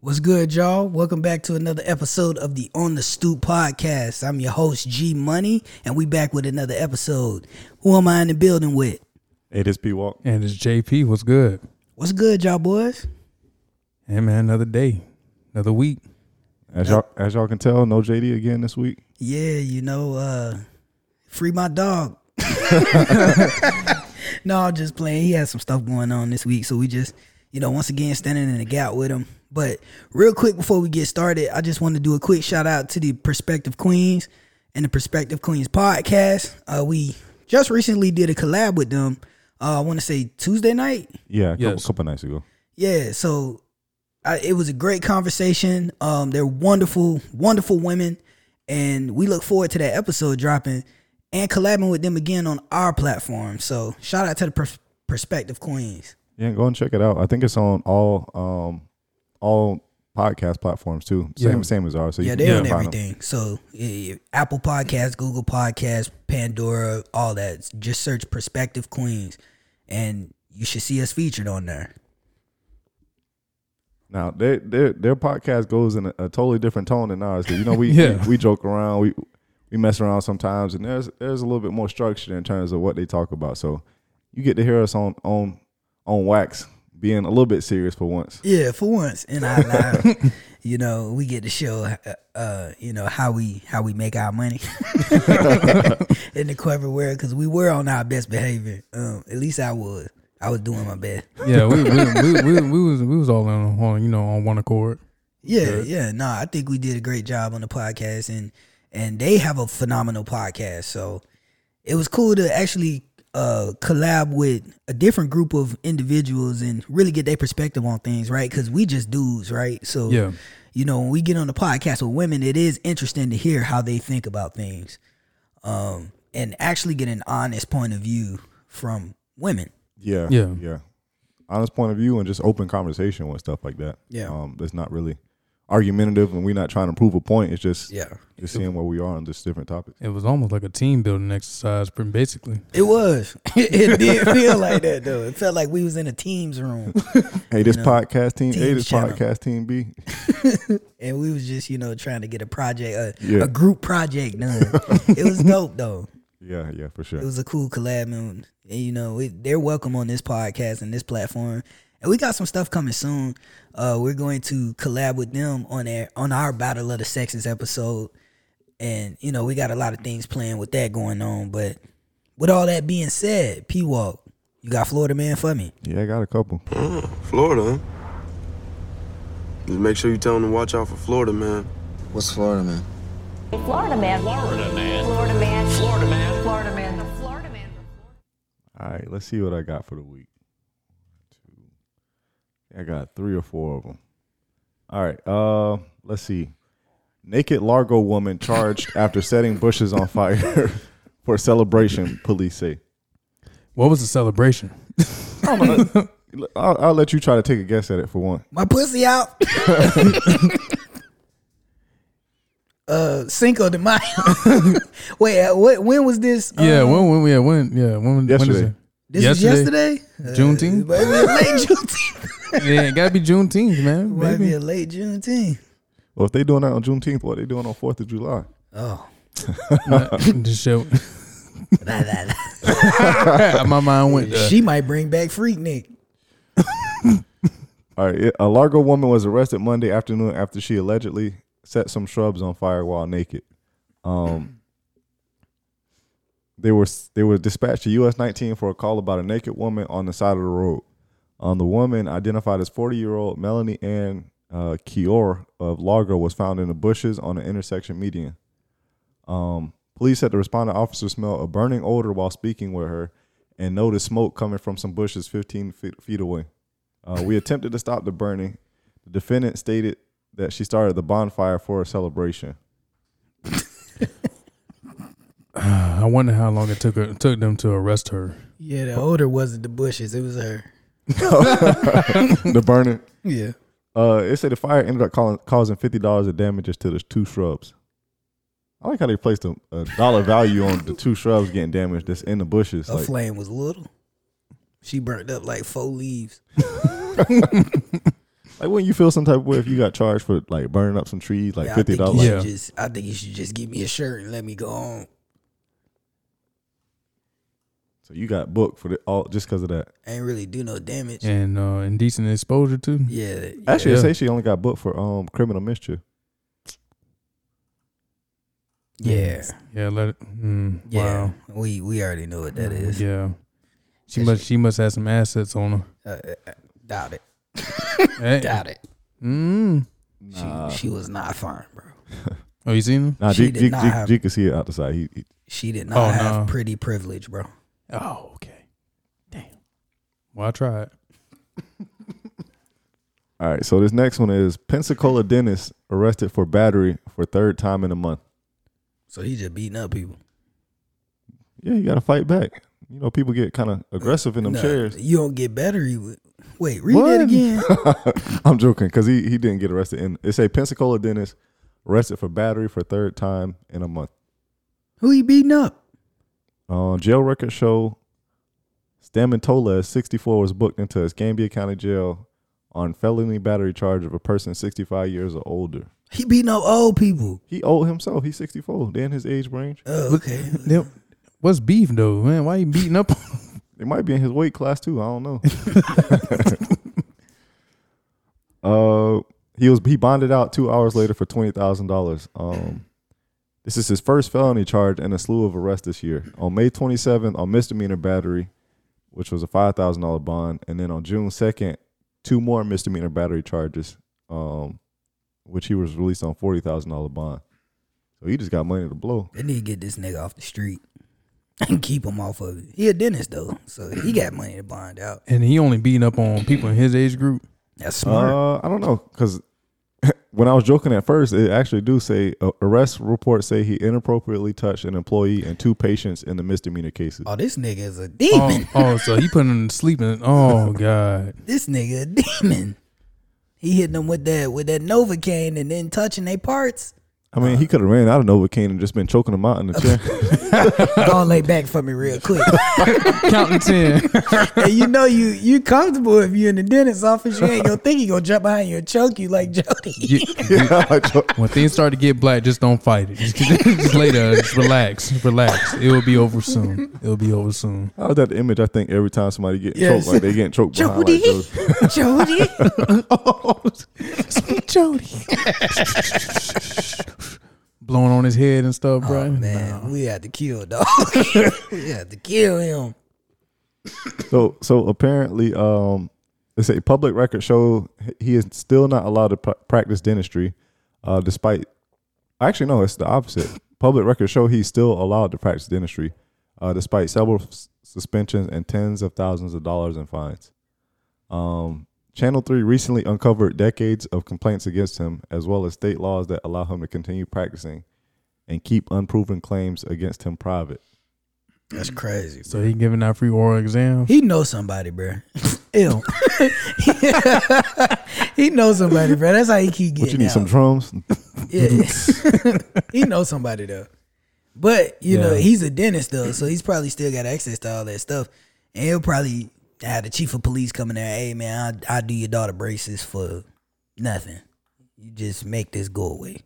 What's good, y'all? Welcome back to another episode of the On the Stoop podcast. I'm your host, G Money, and we back with another episode. Who am I in the building with? It is P Walk. And it's JP. What's good? What's good, y'all boys? Hey man, another day, another week. As y'all as y'all can tell, no JD again this week. Yeah, you know, uh, free my dog. no, I'm just playing. He had some stuff going on this week, so we just, you know, once again standing in the gap with him. But real quick before we get started, I just want to do a quick shout out to the Perspective Queens and the Perspective Queens podcast. Uh, we just recently did a collab with them. Uh, I want to say Tuesday night. Yeah, a couple, Yes. couple nights ago. Yeah, so I, it was a great conversation. Um, they're wonderful, wonderful women, and we look forward to that episode dropping and collabing with them again on our platform. So shout out to the pers- prospective queens. Yeah, go and check it out. I think it's on all um all podcast platforms too. Same Yeah. same as ours. So you yeah, can they're go on and find them. everything. So yeah, yeah, Apple Podcasts, Google Podcasts, Pandora, all that. Just search prospective queens, and you should see us featured on there. Now their their their podcast goes in a, a totally different tone than ours. 'cause, you know we, Yeah. we we joke around, we we mess around sometimes, and there's there's a little bit more structure in terms of what they talk about. So you get to hear us on on on wax, being a little bit serious for once. Yeah, for once in our life, you know, we get to show, uh, uh, you know, how we how we make our money in the corporate world because we were on our best behavior. Um, at least I was. I was doing my best. Yeah, we we, we, we, we was we was all on, on you know on one accord. Yeah, yeah. No, I think we did a great job on the podcast, and and they have a phenomenal podcast. So it was cool to actually uh collab with a different group of individuals and really get their perspective on things, right? Because we just dudes, right? So Yeah. you know, when we get on the podcast with women, it is interesting to hear how they think about things, um, and actually get an honest point of view from women. Yeah, Yeah. yeah. Honest point of view and just open conversation with stuff like that. Yeah. um, that's not really argumentative, and we're not trying to prove a point. It's just Yeah. just seeing where we are on just different topics. It was almost like a team building exercise, pretty basically. It was. it did feel like that though. It felt like we was in a team's room. Hey, this podcast team, team A, this channel. podcast team B. and we was just you know trying to get a project a, Yeah. a group project done it was dope though Yeah, yeah, for it sure. was a cool collab and, and, you know it, they're welcome on this podcast and this platform and we got some stuff coming soon uh we're going to collab with them on their on our battle of the sexes episode and you know we got a lot of things playing with that going on but with all that being said p-walk you got florida man for me Yeah, I got a couple. Florida, huh? Just make sure you tell them to watch out for Florida, man. What's Florida, man? Florida man. Florida man. Florida man. Florida man. Florida man. Florida man. All right, let's see what I got for the week. Two. I got three or four of them. All right, uh, let's see. Naked Largo woman charged after setting bushes on fire for celebration. Police say. What was the celebration? I'll, I'll let you try to take a guess at it for one. my pussy out uh cinco de mayo wait uh, what when was this uh, yeah, when when yeah when yeah when Yesterday. this yesterday? was yesterday Juneteenth. uh, might be a late juneteenth yeah, it gotta be Juneteenth, man. might baby. be a late juneteenth Well, if they doing that on Juneteenth, what they doing on Fourth of July? oh Just show. blah, blah, blah. My mind went. uh, there. she might bring back freak nick All right, it- a Largo woman was arrested Monday afternoon after she allegedly set some shrubs on fire while naked. Um, they were they were dispatched to US 19 for a call about a naked woman on the side of the road. Um, the woman, identified as 40 year old Melanie Ann uh, Kior of Largo, was found in the bushes on an intersection median. Um, police said the responding officer smelled a burning odor while speaking with her and noticed smoke coming from some bushes 15 feet, feet away. Uh, we attempted to stop the burning. The defendant stated that she started the bonfire for a celebration. I wonder how long it took her, took them to arrest her. yeah the odor wasn't the bushes it was her the burning. yeah Uh, it said the fire ended up calling, causing fifty dollars of damages to the two shrubs. I like how they placed a, a dollar value on the two shrubs getting damaged that's in the bushes. her Like, flame was little she burnt up like four leaves Like, wouldn't you feel some type of way if you got charged for like burning up some trees, like Yeah, I fifty think you dollars? should Yeah. just- I think you should just give me a shirt and let me go home. So you got booked for the, all just because of that. ain't really do no damage. Yeah. and uh, indecent exposure too. Actually, Yeah. I say she only got booked for um criminal mischief. Yeah. Yeah, let it. Mm, Yeah. Wow. We we already know what that is. Yeah. She That must. She must have some assets on her. Uh, uh, uh, doubt it. Hey. Doubt it. Mm. She, she was not fine, bro. Oh, you seen them? Nah, She G, did G, G, not have- G could see it out the side. He, he- She did not Oh, have no. pretty privilege, bro. Oh, okay. Damn. Well, I tried. all right. So this next one is Pensacola dentist arrested for battery for third time in a month. So he just beating up people. Yeah, you got to fight back. You know, people get kind of aggressive in them Nah, chairs. You don't get better. You, wait, read What? that again. I'm joking because he, he didn't get arrested. And it say Pensacola dentist arrested for battery for third time in a month. Who he beating up? Uh, jail records show Stamen Toles, 64, was booked into Escambia County Jail on felony battery charge of a person 65 years or older. He beating up old people. He old himself. He's 64. They in his age range. Oh, okay. Them- What's beef though, man? Why you beating up? on- It might be in his weight class too. I don't know. uh, he was he bonded out two hours later for twenty thousand dollars. Um, this is his first felony charge and a slew of arrests this year. On May twenty seventh, on misdemeanor battery, which was a five thousand dollar bond, and then on June second, two more misdemeanor battery charges, um, which he was released on forty thousand dollar bond. So he just got money to blow. They need to get this nigga off the street and keep him off of it. He a dentist though, so he got money to bond out. and he only beating up on people in his age group. That's smart. Uh, I don't know because when I was joking at first, it actually do say uh, arrest reports say he inappropriately touched an employee and two patients in the misdemeanor cases. oh, this nigga is a Oh, demon. oh, so he putting him to sleep. And, oh God. This nigga a demon. He hitting them with that with that Novocaine and then touching their parts. I mean, he could have ran out of Novocaine and just been choking them out in the chair. Go lay back for me real quick. Counting ten. and you know you you comfortable if you in the dentist's office. You ain't gonna think he gonna jump behind you and choke you like Jody. You- when things start to get black, just don't fight it. Just, just lay there. Just relax. Relax. It will be over soon. It will be over soon. How is that the image? I think every time somebody get Yes. choked, like they getting choked behind. Jody, Like those. Jody. Sweet Jody. Blowing on his head and stuff, bro. Oh, man, we had to kill dog. we had to kill him. So, so apparently, um, they say public records show he is still not allowed to pra- practice dentistry, uh, despite. Actually, no, it's the opposite. Public records show he's still allowed to practice dentistry, uh, despite several s- suspensions and tens of thousands of dollars in fines. Um, Channel Three recently uncovered decades of complaints against him, as well as state laws that allow him to continue practicing, and keep unproven claims against him private. That's crazy. So he giving out free oral exams. He knows somebody, bro. Ew. he knows somebody, bro. That's how he keep getting But you need out. some drums. Yeah. he knows somebody though. But, you know, Yeah. he's a dentist though, so he's probably still got access to all that stuff. And he'll probably have the chief of police coming there, hey man, I I do your daughter braces for nothing. You just make this go away.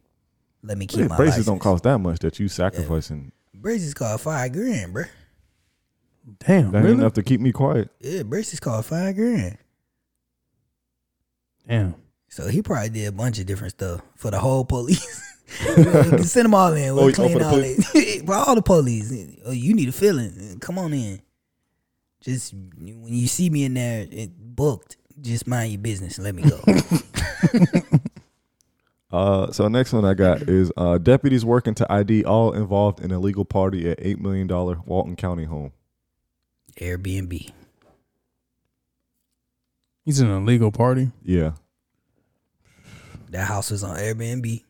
Let me keep Yeah, my braces license. don't cost that much that you sacrificing. braces cost five grand, bro. Damn, That ain't really? enough to keep me quiet. Yeah, braces cost five grand. Damn. So he probably did a bunch of different stuff for the whole police. Send them all in. We'll Oh, you- oh, clean for the all it. for all the police. Oh, you need a filling. Come on in. Just when you see me in there it booked, just mind your business and let me go. Uh, so next one I got is uh, deputies working to ID all involved in illegal party at eight million dollar Walton County home. Airbnb. He's in a legal party. Yeah. That house was on Airbnb.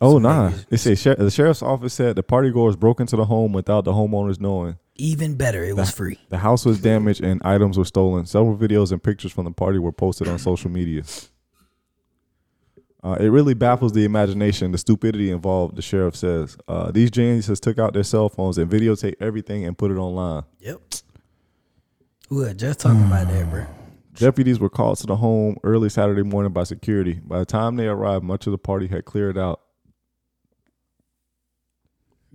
Oh Some nah. niggas- It says sher- the sheriff's office said the party goers broke into the home without the homeowners knowing. Even better, it was free. The house was damaged and items were stolen. Several videos and pictures from the party were posted on social media. Uh, it really baffles the imagination, the stupidity involved, the sheriff says. Uh, these geniuses took out their cell phones and videotaped everything and put it online. Yep. We were just talking about that, bro. Deputies were called to the home early Saturday morning by security. By the time they arrived, much of the party had cleared out.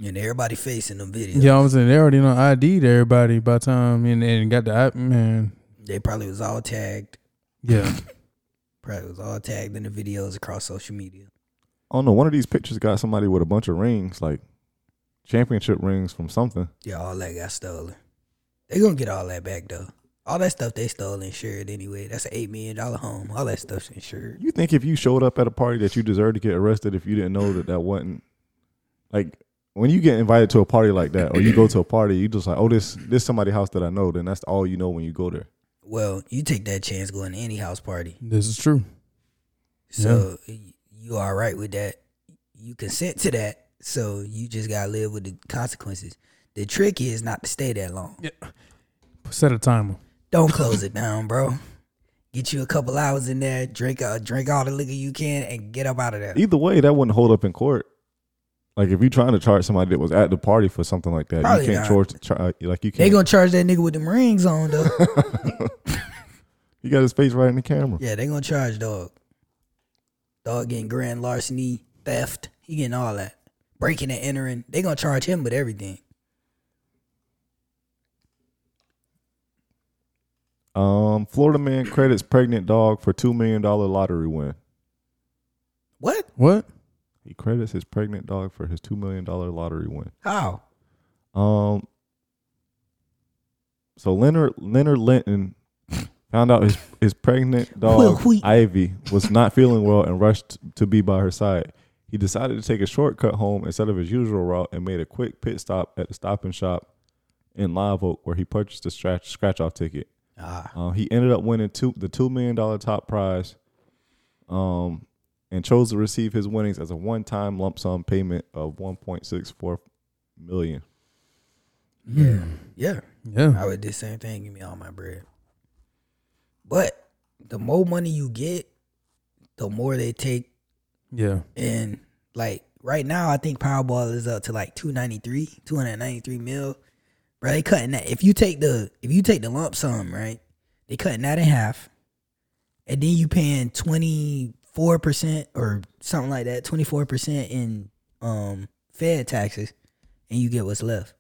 And everybody facing them videos. Yeah, I was in. They already know ID'd everybody by the time and, and got the I- man. They probably was all tagged. Yeah, Probably was all tagged in the videos across social media. I don't know. One of these pictures got somebody with a bunch of rings, like championship rings from something. Yeah, all that got stolen. They gonna get all that back though. All that stuff they stole insured anyway. That's an eight million dollar home. All that stuff's insured. You think if you showed up at a party that you deserved to get arrested if you didn't know that that wasn't like when you get invited to a party like that or you go to a party, you just like, oh, this this somebody house that I know. Then that's all you know when you go there. Well, you take that chance going to any house party. this is true. So y you all right with that. You consent to that. So you just gotta live with the consequences. The trick is not to stay that long. Set a timer. Don't close it down, bro. Get you a couple hours in there, drink uh, drink all the liquor you can, and get up out of there. Either way, that wouldn't hold up in court. Like if you're trying to charge somebody that was at the party for something like that, Probably you can't not. charge. Char, like you They can't. gonna charge that nigga with them rings on though. you got his face right in the camera. yeah, they gonna charge dog. Dog getting grand larceny, theft. He getting all that. Breaking and entering. They gonna charge him with everything. Um, Florida man credits pregnant dog for two million dollar lottery win. What? What? He credits his pregnant dog for his two million dollar lottery win. How? Um. So Leonard Leonard Linton found out his his pregnant Will dog Wheat. Ivy was not feeling well and rushed to be by her side. He decided to take a shortcut home instead of his usual route and made a quick pit stop at the Stop and Shop in Live Oak, where he purchased a scratch scratch off ticket. Ah, Uh, he ended up winning two the two million dollar top prize, um, and chose to receive his winnings as a one time lump sum payment of one point six four million. yeah. Yeah. I would do the same thing. Give me all my bread. But the more money you get, the more they take. Yeah. And like right now, I think Powerball is up to like 293, 293 mil. Bro, they cutting that. If you take the if you take the lump sum, right? They cutting that in half. And then you paying 24% or something like that, 24% in um Fed taxes, and you get what's left.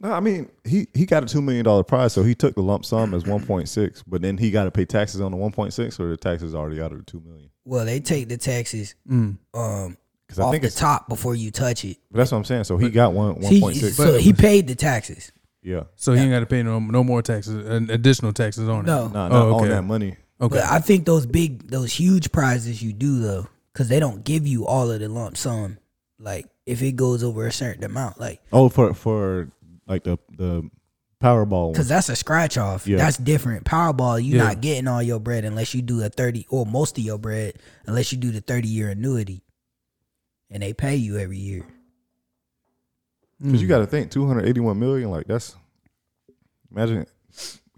No, I mean he he got a two million dollar prize, so he took the lump sum as one point six, but then he got to pay taxes on the one point six, or the taxes already out of the two million. Well, they take the taxes Mm. um Because I off think the it's top before you touch it. but that's what I'm saying. So he got one So he- one point six. so he paid the taxes. Yeah, So he ain't got to pay no no more taxes, and additional taxes on it. No, no, not Oh, on okay. that money. Okay. but I think those big, those huge prizes you do though, because they don't give you all of the lump sum. Like if it goes over a certain amount, like Oh, for for like the the Powerball because one. that's a scratch off. Yeah. That's different. Powerball, you're Yeah. not getting all your bread unless you do a thirty or most of your bread unless you do the thirty year annuity, and they pay you every year. Because you got to think two hundred eighty one million. Like that's imagine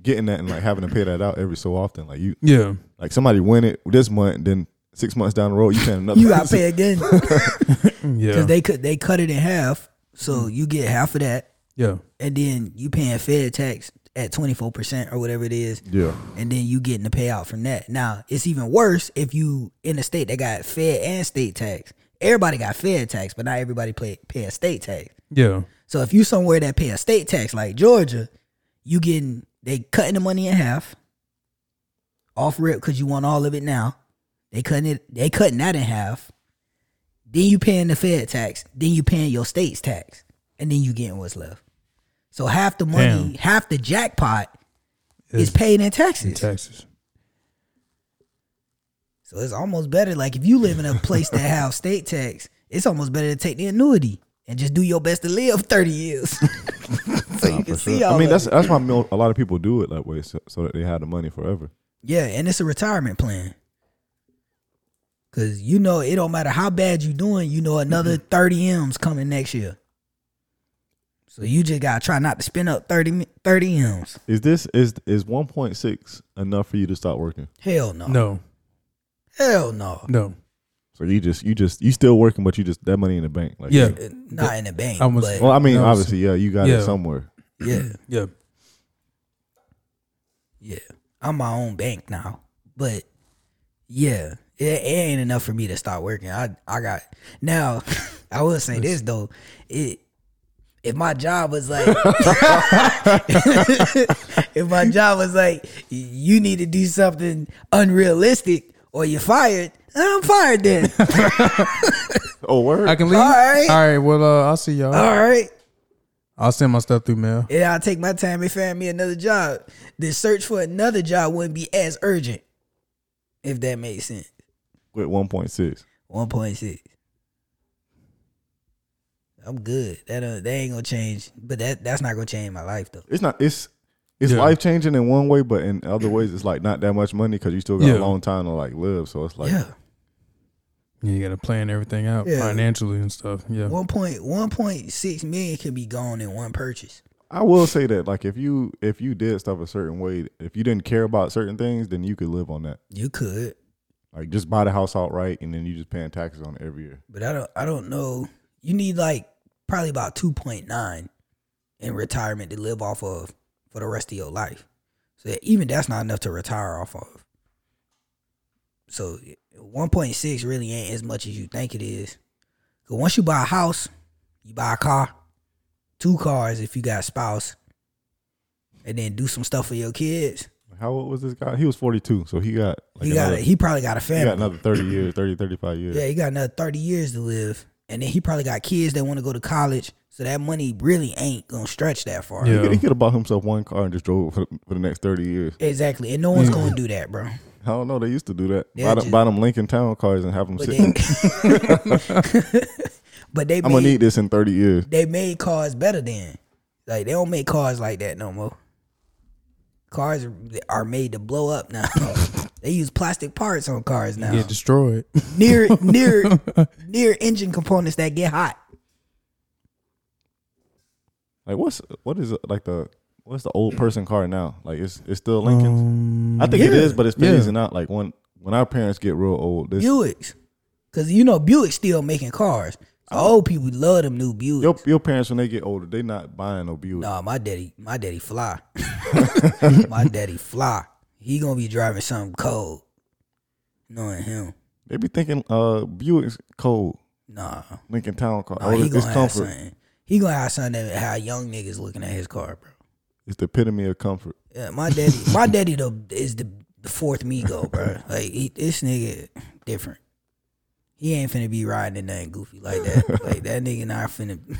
getting that and like having to pay that out every so often. Like you Yeah. like somebody win it this month, then six months down the road you paying another. You got to pay again because Yeah. they could they cut it in half, so you get half of that. yeah. and then you paying Fed tax at twenty four percent or whatever it is, Yeah, and then you getting the payout from that. Now it's even worse if you in a state that got Fed and state tax. Everybody got Fed tax, but not everybody pay pay a state tax. Yeah. So if you somewhere that pay a state tax like Georgia, you getting they cutting the money in half off rip because you want all of it now. They cutting it they cutting that in half. Then you paying the Fed tax. Then you paying your state's tax. And then you getting what's left. So half the money, Damn. half the jackpot is It's- paid in taxes. In taxes. so it's almost better. Like if you live in a place that have state tax, it's almost better to take the annuity and just do your best to live 30 years. so you can see all I mean of that's it. that's why mil- a lot of people do it that way, so, so that they have the money forever. Yeah, and it's a retirement plan. Cause you know it don't matter how bad you doing, you know another thirty M's coming next year. So you just gotta try not to spin up 30, mi- 30 M's. Is this is is one point six enough for you to stop working? Hell no. No. Hell no. No. So you just you just you still working, but you just that money in the bank. Like Yeah. Uh, Not in the bank. I was- but Well, I mean, No, obviously, yeah, you got yeah. it somewhere. yeah. Yeah. Yeah, I'm my own bank now, but yeah, it, it ain't enough for me to start working. I I got now. I will say this though, it if my job was like, if my job was like, you need to do something unrealistic or you're fired, I'm fired then. Oh, word. I can leave. All right. All right. Well, uh, I'll see y'all. All right. I'll send my stuff through mail. And I'll take my time and find me another job. The search for another job wouldn't be as urgent, if that makes sense. with 1.6. 1.6. I'm good. That uh, that ain't gonna change, but that that's not gonna change my life though. It's not. It's it's Yeah. life changing in one way, but in other ways, it's like not that much money because you still got Yeah. a long time to like live. So it's like yeah, Yeah, you got to plan everything out Yeah. financially and stuff. Yeah. one point one point six million can be gone in one purchase. I will say that like if you if you did stuff a certain way, if you didn't care about certain things, then you could live on that. You could, Like just buy the house outright, and then you just paying taxes on it every year. but I don't. I don't know. You need like probably about two point nine in retirement to live off of for the rest of your life. So even that's not enough to retire off of. So one point six really ain't as much as you think it is. Cause once you buy a house, you buy a car, two cars if you got a spouse, and then do some stuff for your kids. How old was this guy? He was 42, so he got like he got another, a, he probably got a he family. got another 30 years, 30, 35 years. Yeah, he got another 30 years to live. And then he probably got kids that want to go to college. So that money really ain't going to stretch that far. He Yeah. could, he could have bought himself one car and just drove for, for the next 30 years. Exactly. And no one's going to do that, bro. I don't know. They used to do that. Yeah, buy, them, just- buy them Lincoln Town cars and have them But sit. they, but they I'm going to made, need this in 30 years. they made cars better then. Like, they don't make cars like that no more. Cars are made to blow up now. they use plastic parts on cars now. Get destroyed. near near near engine components that get hot. Like what's what is it like the what's the old person car now? Like it's it's still Lincoln's. I think it Um, yeah. is, but it's Yeah. phasing out. Like when when our parents get real old, this, Buicks. Cause you know Buick's still making cars. So Oh. old people love them new Buicks. your your parents when they get older, they not buying no Buick. Nah, my daddy, my daddy fly. my daddy fly. He gonna be driving something cold. Knowing him, They be thinking uh Buick's cold nah, Lincoln Town car. nah oh, he it's, gonna it's have comfort. something. He gonna have something that how young niggas looking at his car, bro. It's the epitome of comfort. Yeah, my daddy, my daddy the, is the, the fourth Migo, bro. Like he, this nigga different. He ain't finna be riding in nothing goofy like that. Like that nigga not finna.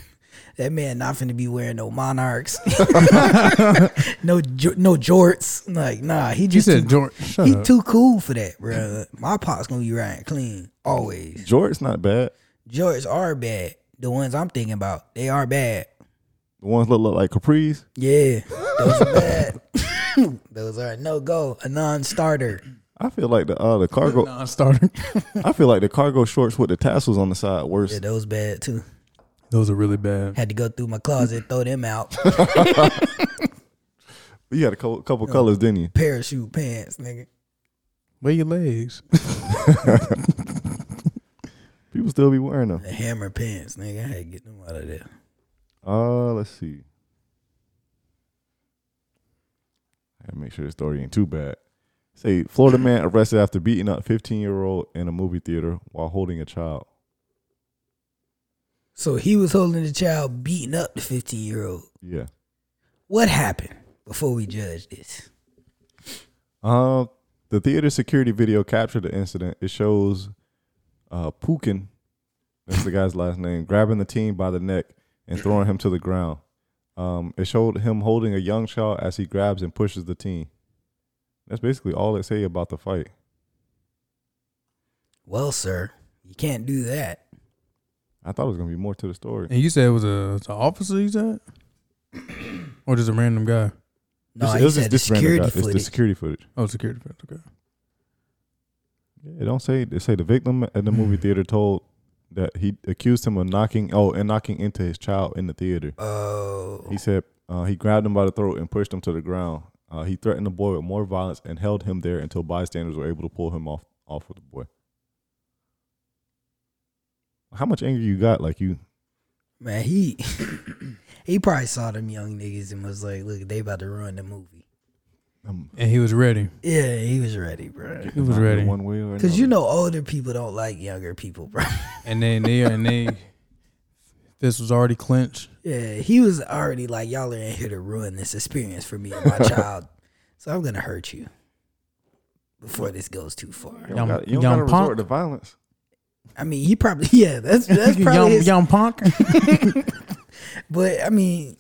That man not finna be wearing no monarchs, no jo- no jorts. Like nah, he You just said too, Jordan. Shut he up. too cool for that, bro. My pop's gonna be riding clean always. Jort's not bad. Jorts are bad. The ones I'm thinking about, they are bad. The ones that look like capris. Yeah, those are bad. those are a no go, a non-starter. I feel like the uh the cargo. Non-starter. I feel like the cargo shorts with the tassels on the side worse. Yeah, those bad too. Those are really bad. Had to go through my closet, throw them out. you had a couple, couple colors, didn't you? Parachute pants, nigga. Wear your legs. People still be wearing them. The hammer pants, nigga. I had to get them out of there. Uh, let's see. I gotta make sure the story ain't too bad. Say, Florida man arrested after beating up 15 year old in a movie theater while holding a child. So he was holding the child, beating up the 15 year old. Yeah. What happened before we judge this? Um, the theater security video captured the incident. It shows uh Pukin, that's the guy's last name, grabbing the teen by the neck and throwing him to the ground. Um, it showed him holding a young child as he grabs and pushes the teen. That's basically all it say about the fight. Well, sir, you can't do that. I thought it was gonna be more to the story. And you said it was a it's an officer. You said, or just a random guy. No, This- he it was said the just this random security guy. It's the footage. security footage. Oh, security fence. Okay. It don't say. They say the victim at the movie theater told that he accused him of knocking. Oh, and knocking into his child in the theater. Oh, He said uh, he grabbed him by the throat and pushed him to the ground. Uh, he threatened the boy with more violence and held him there until bystanders were able to pull him off off with the boy. How much anger you got? Like you, man, he he probably saw them young niggas and was like, "Look, they about to ruin the movie." um, and he was ready. Yeah, he was ready, bro. He was ready. One way or Cause another. you know older people don't like younger people, bro. And then they and they this was already clinched. yeah, he was already like, y'all are in here to ruin this experience for me and my child, so I'm gonna hurt you before this goes too far. You don't Young- gotta- you don't young gotta resort punk. to violence. I mean, he probably yeah, that's that's probably young, his, young punk. But I mean,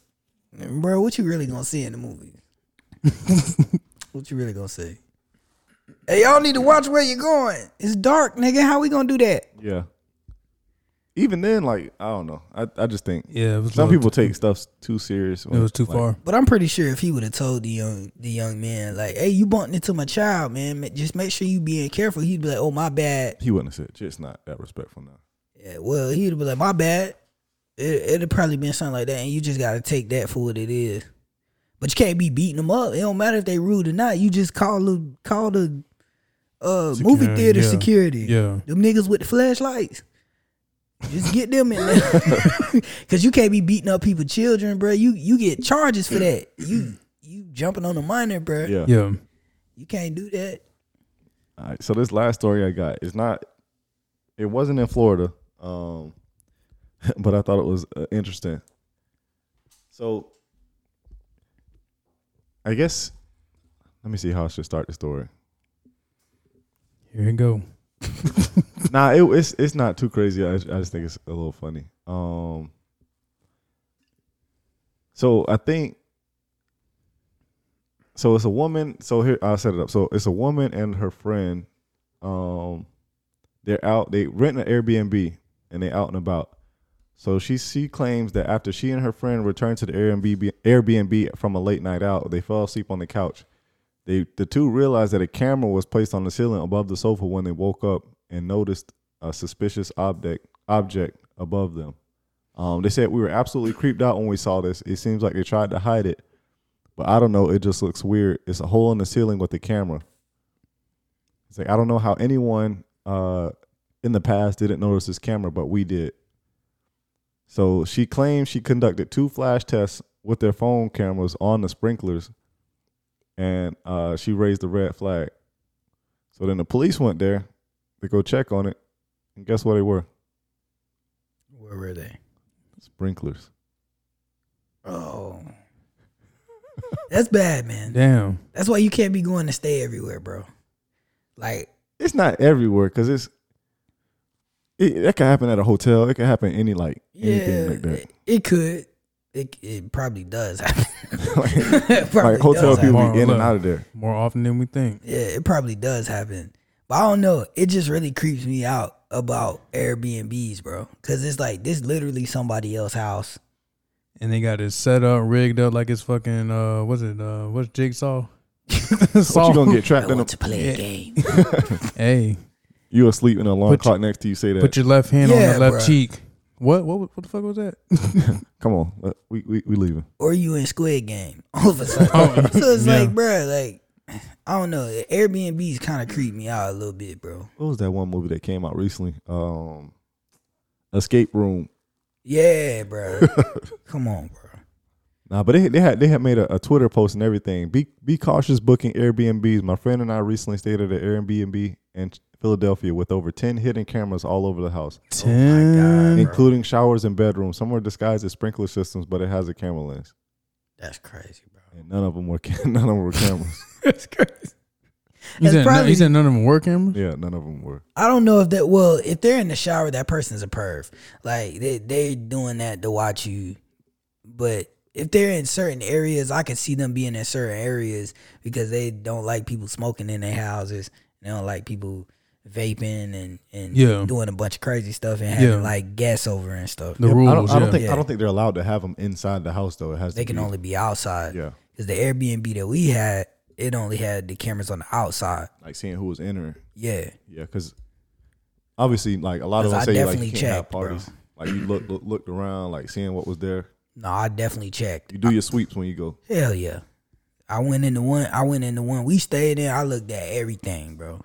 bro, what you really gonna see in the movie? what you really gonna see? Hey, y'all need to watch where you're going. It's dark, nigga. How we gonna do that? Yeah. Even then, like I don't know. I, I just think Yeah, it was some a little people take stuff too serious. It was too like, far. But I'm pretty sure if he would have told the young the young man, like, hey, you bumped into my child, man. Ma- Just make sure you being careful. He'd be like, oh, my bad. He wouldn't have said. It's not that respectful now. Yeah, well, he'd be like, my bad. It, it'd have probably been something like that, and you just gotta take that for what it is. But you can't be beating them up. It don't matter if they rude or not. You just call the call the uh, movie Security, theater yeah. security. Yeah. Them niggas with the flashlights. Just get them in there, cause you can't be beating up people, children, bro. You you get charges for that. You you jumping on a minor, bro. Yeah. Yeah. You can't do that. All right. So this last story I got is not. It wasn't in Florida, um, but I thought it was uh, interesting. So, I guess let me see how I should start the story. Here you go. nah, it, it's it's not too crazy. I, I just think it's a little funny. Um, so I think so. It's a woman. So here I'll set it up. So it's a woman and her friend. Um, they're out. They rent an Airbnb and they out and about. So she she claims that after she and her friend returned to the Airbnb Airbnb from a late night out, they fell asleep on the couch. They the two realized that a camera was placed on the ceiling above the sofa when they woke up and noticed a suspicious object object above them. Um, they said we were absolutely creeped out when we saw this. It seems like they tried to hide it, but I don't know. It just looks weird. It's a hole in the ceiling with the camera. It's like I don't know how anyone uh, in the past didn't notice this camera, but we did. So she claims she conducted two flash tests with their phone cameras on the sprinklers and uh, she raised the red flag. So then the police went there to go check on it, and guess what they were? Where were they? Sprinklers. Oh, that's bad, man. Damn. That's why you can't be going to stay everywhere, bro. Like, It's not everywhere because it's it, that could happen at a hotel. It could happen any like anything yeah, like that. it, it could. It it probably does happen. like, It probably like hotel does happen. people happen. be in and Tomorrow, out of there. More often than we think. Yeah, it probably does happen. But I don't know. It just really creeps me out about Airbnbs, bro. Cause it's like this literally somebody else's house. And they got it set up, rigged up like it's fucking uh what's it, uh what's Jigsaw? What Saw. you gonna get I trapped in a want to play Yeah. a game. Hey, you asleep and an alarm Put clock next to you say that. put your left hand on Yeah, the left bruh. cheek. What, what what the fuck was that? Come on, let- we we we leaving. or you in Squid Game all of a sudden. Oh, so it's yeah. like, bro, like I don't know. Airbnbs kind of creep me out a little bit, bro. What was that one movie that came out recently? Um, Escape Room. Yeah, bro. Come on, bro. Nah, but they they had they had made a, a Twitter post and everything. Be be cautious booking Airbnbs. My friend and I recently stayed at an Airbnb in Philadelphia with over ten hidden cameras all over the house, Ten. including showers and bedrooms. Some were disguised as sprinkler systems, but it has a camera lens, That's crazy, bro. and none of them were ca- none of them were cameras. That's crazy. He That's said, no- probably- he said none of them were cameras. yeah, none of them were. I don't know if that. Well, if they're in the shower, that person's a perv. Like they they're doing that to watch you. But if they're in certain areas, I can see them being in certain areas because they don't like people smoking in their houses. They don't like people vaping and and Yeah. doing a bunch of crazy stuff and having Yeah. like gas over and stuff. The Yep, rules. I don't, I don't yeah. think I Yeah. don't think they're allowed to have them inside the house though. It has They to can be- only be outside. yeah, Because the Airbnb that we had, it only had the cameras on the outside. like seeing who was entering. Yeah. Yeah, because obviously, like a lot 'Cause of them I say, like definitely you can't have checked, bro. parties. Like you look, look looked around, like seeing what was there. No, I definitely checked. You do your sweeps when you go. Hell yeah. I went into one. I went into one. We stayed in. I looked at everything, bro.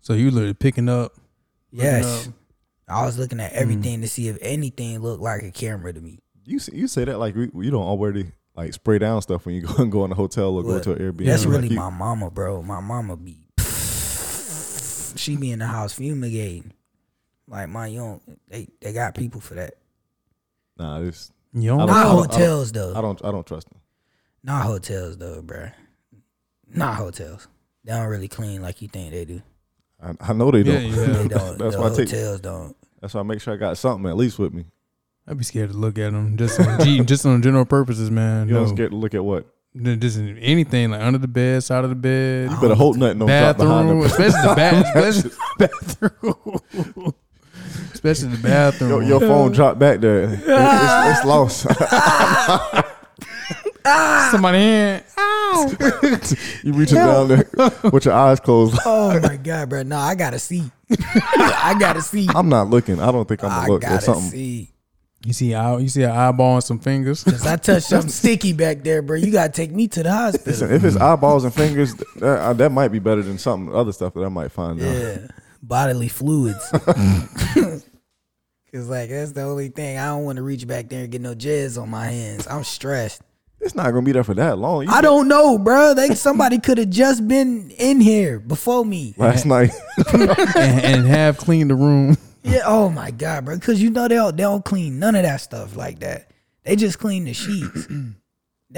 So you literally picking up. looking Yes. up. I was looking Mm-hmm. at everything to see if anything looked like a camera to me. You s- you say that like we- you don't already like spray down stuff when you go and go in a hotel or But go to an Airbnb. That's Like, really you- my mama, bro. My mama be she be in the house fumigating. Like my young, they they got people for that. Nah, this You don't I Not don't- I don't- hotels I though. don't I don't trust them. Not hotels though, bro. Not hotels. They don't really clean like you think they do. I, I know they Yeah, don't. yeah. They don't. That's the why I take- hotels don't. That's why I make sure I got something at least with me. I'd be scared to look at them just on, G, just on general purposes, man. You No, don't scared to look at what? N- just anything like under the bed, side of the bed, You better hope Oh, nothing don't drop behind bathroom, them. especially the bathroom, bathroom, especially the bathroom. Yo, your phone dropped back there. It- it's, it's lost. Somebody in. you reaching down there with your eyes closed. Oh my god, bro. No, I gotta see. I gotta see. I'm not looking. I don't think I'm I gonna look gotta at something. see. You see, eye, you see an eyeball and some fingers. Cause I touched something sticky back there, bro. You gotta take me to the hospital. Listen, if it's Mm. eyeballs and fingers, th- that, uh, that might be better than some other stuff that I might find out. Yeah, bodily fluids. Cause like that's the only thing I don't want to reach back there and get no jizz on my hands. I'm stressed. It's not gonna be there for that long. You- I don't know, bro. They somebody could have just been in here before me. last night, and, and have cleaned the room. Yeah. Oh my god, bro. Cause you know they don't they don't clean none of that stuff like that. They just clean the sheets. they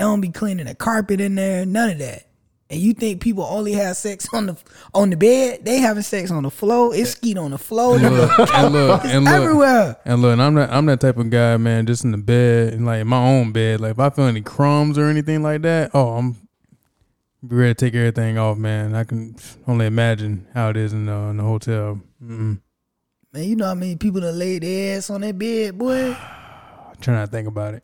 don't be cleaning the carpet in there. None of that. And you think people only have sex on the on the bed? They having sex on the floor. It's skeet on the floor. And look, and look, and look, everywhere. And look, I'm not I'm that type of guy, man. Just in the bed, and like in my own bed. Like if I feel any crumbs or anything like that, oh, I'm be ready to take everything off, man. I can only imagine how it is in the, in the hotel. Mm-mm. Man, you know how many people that laid their ass on that bed, boy. I'm trying to think about it.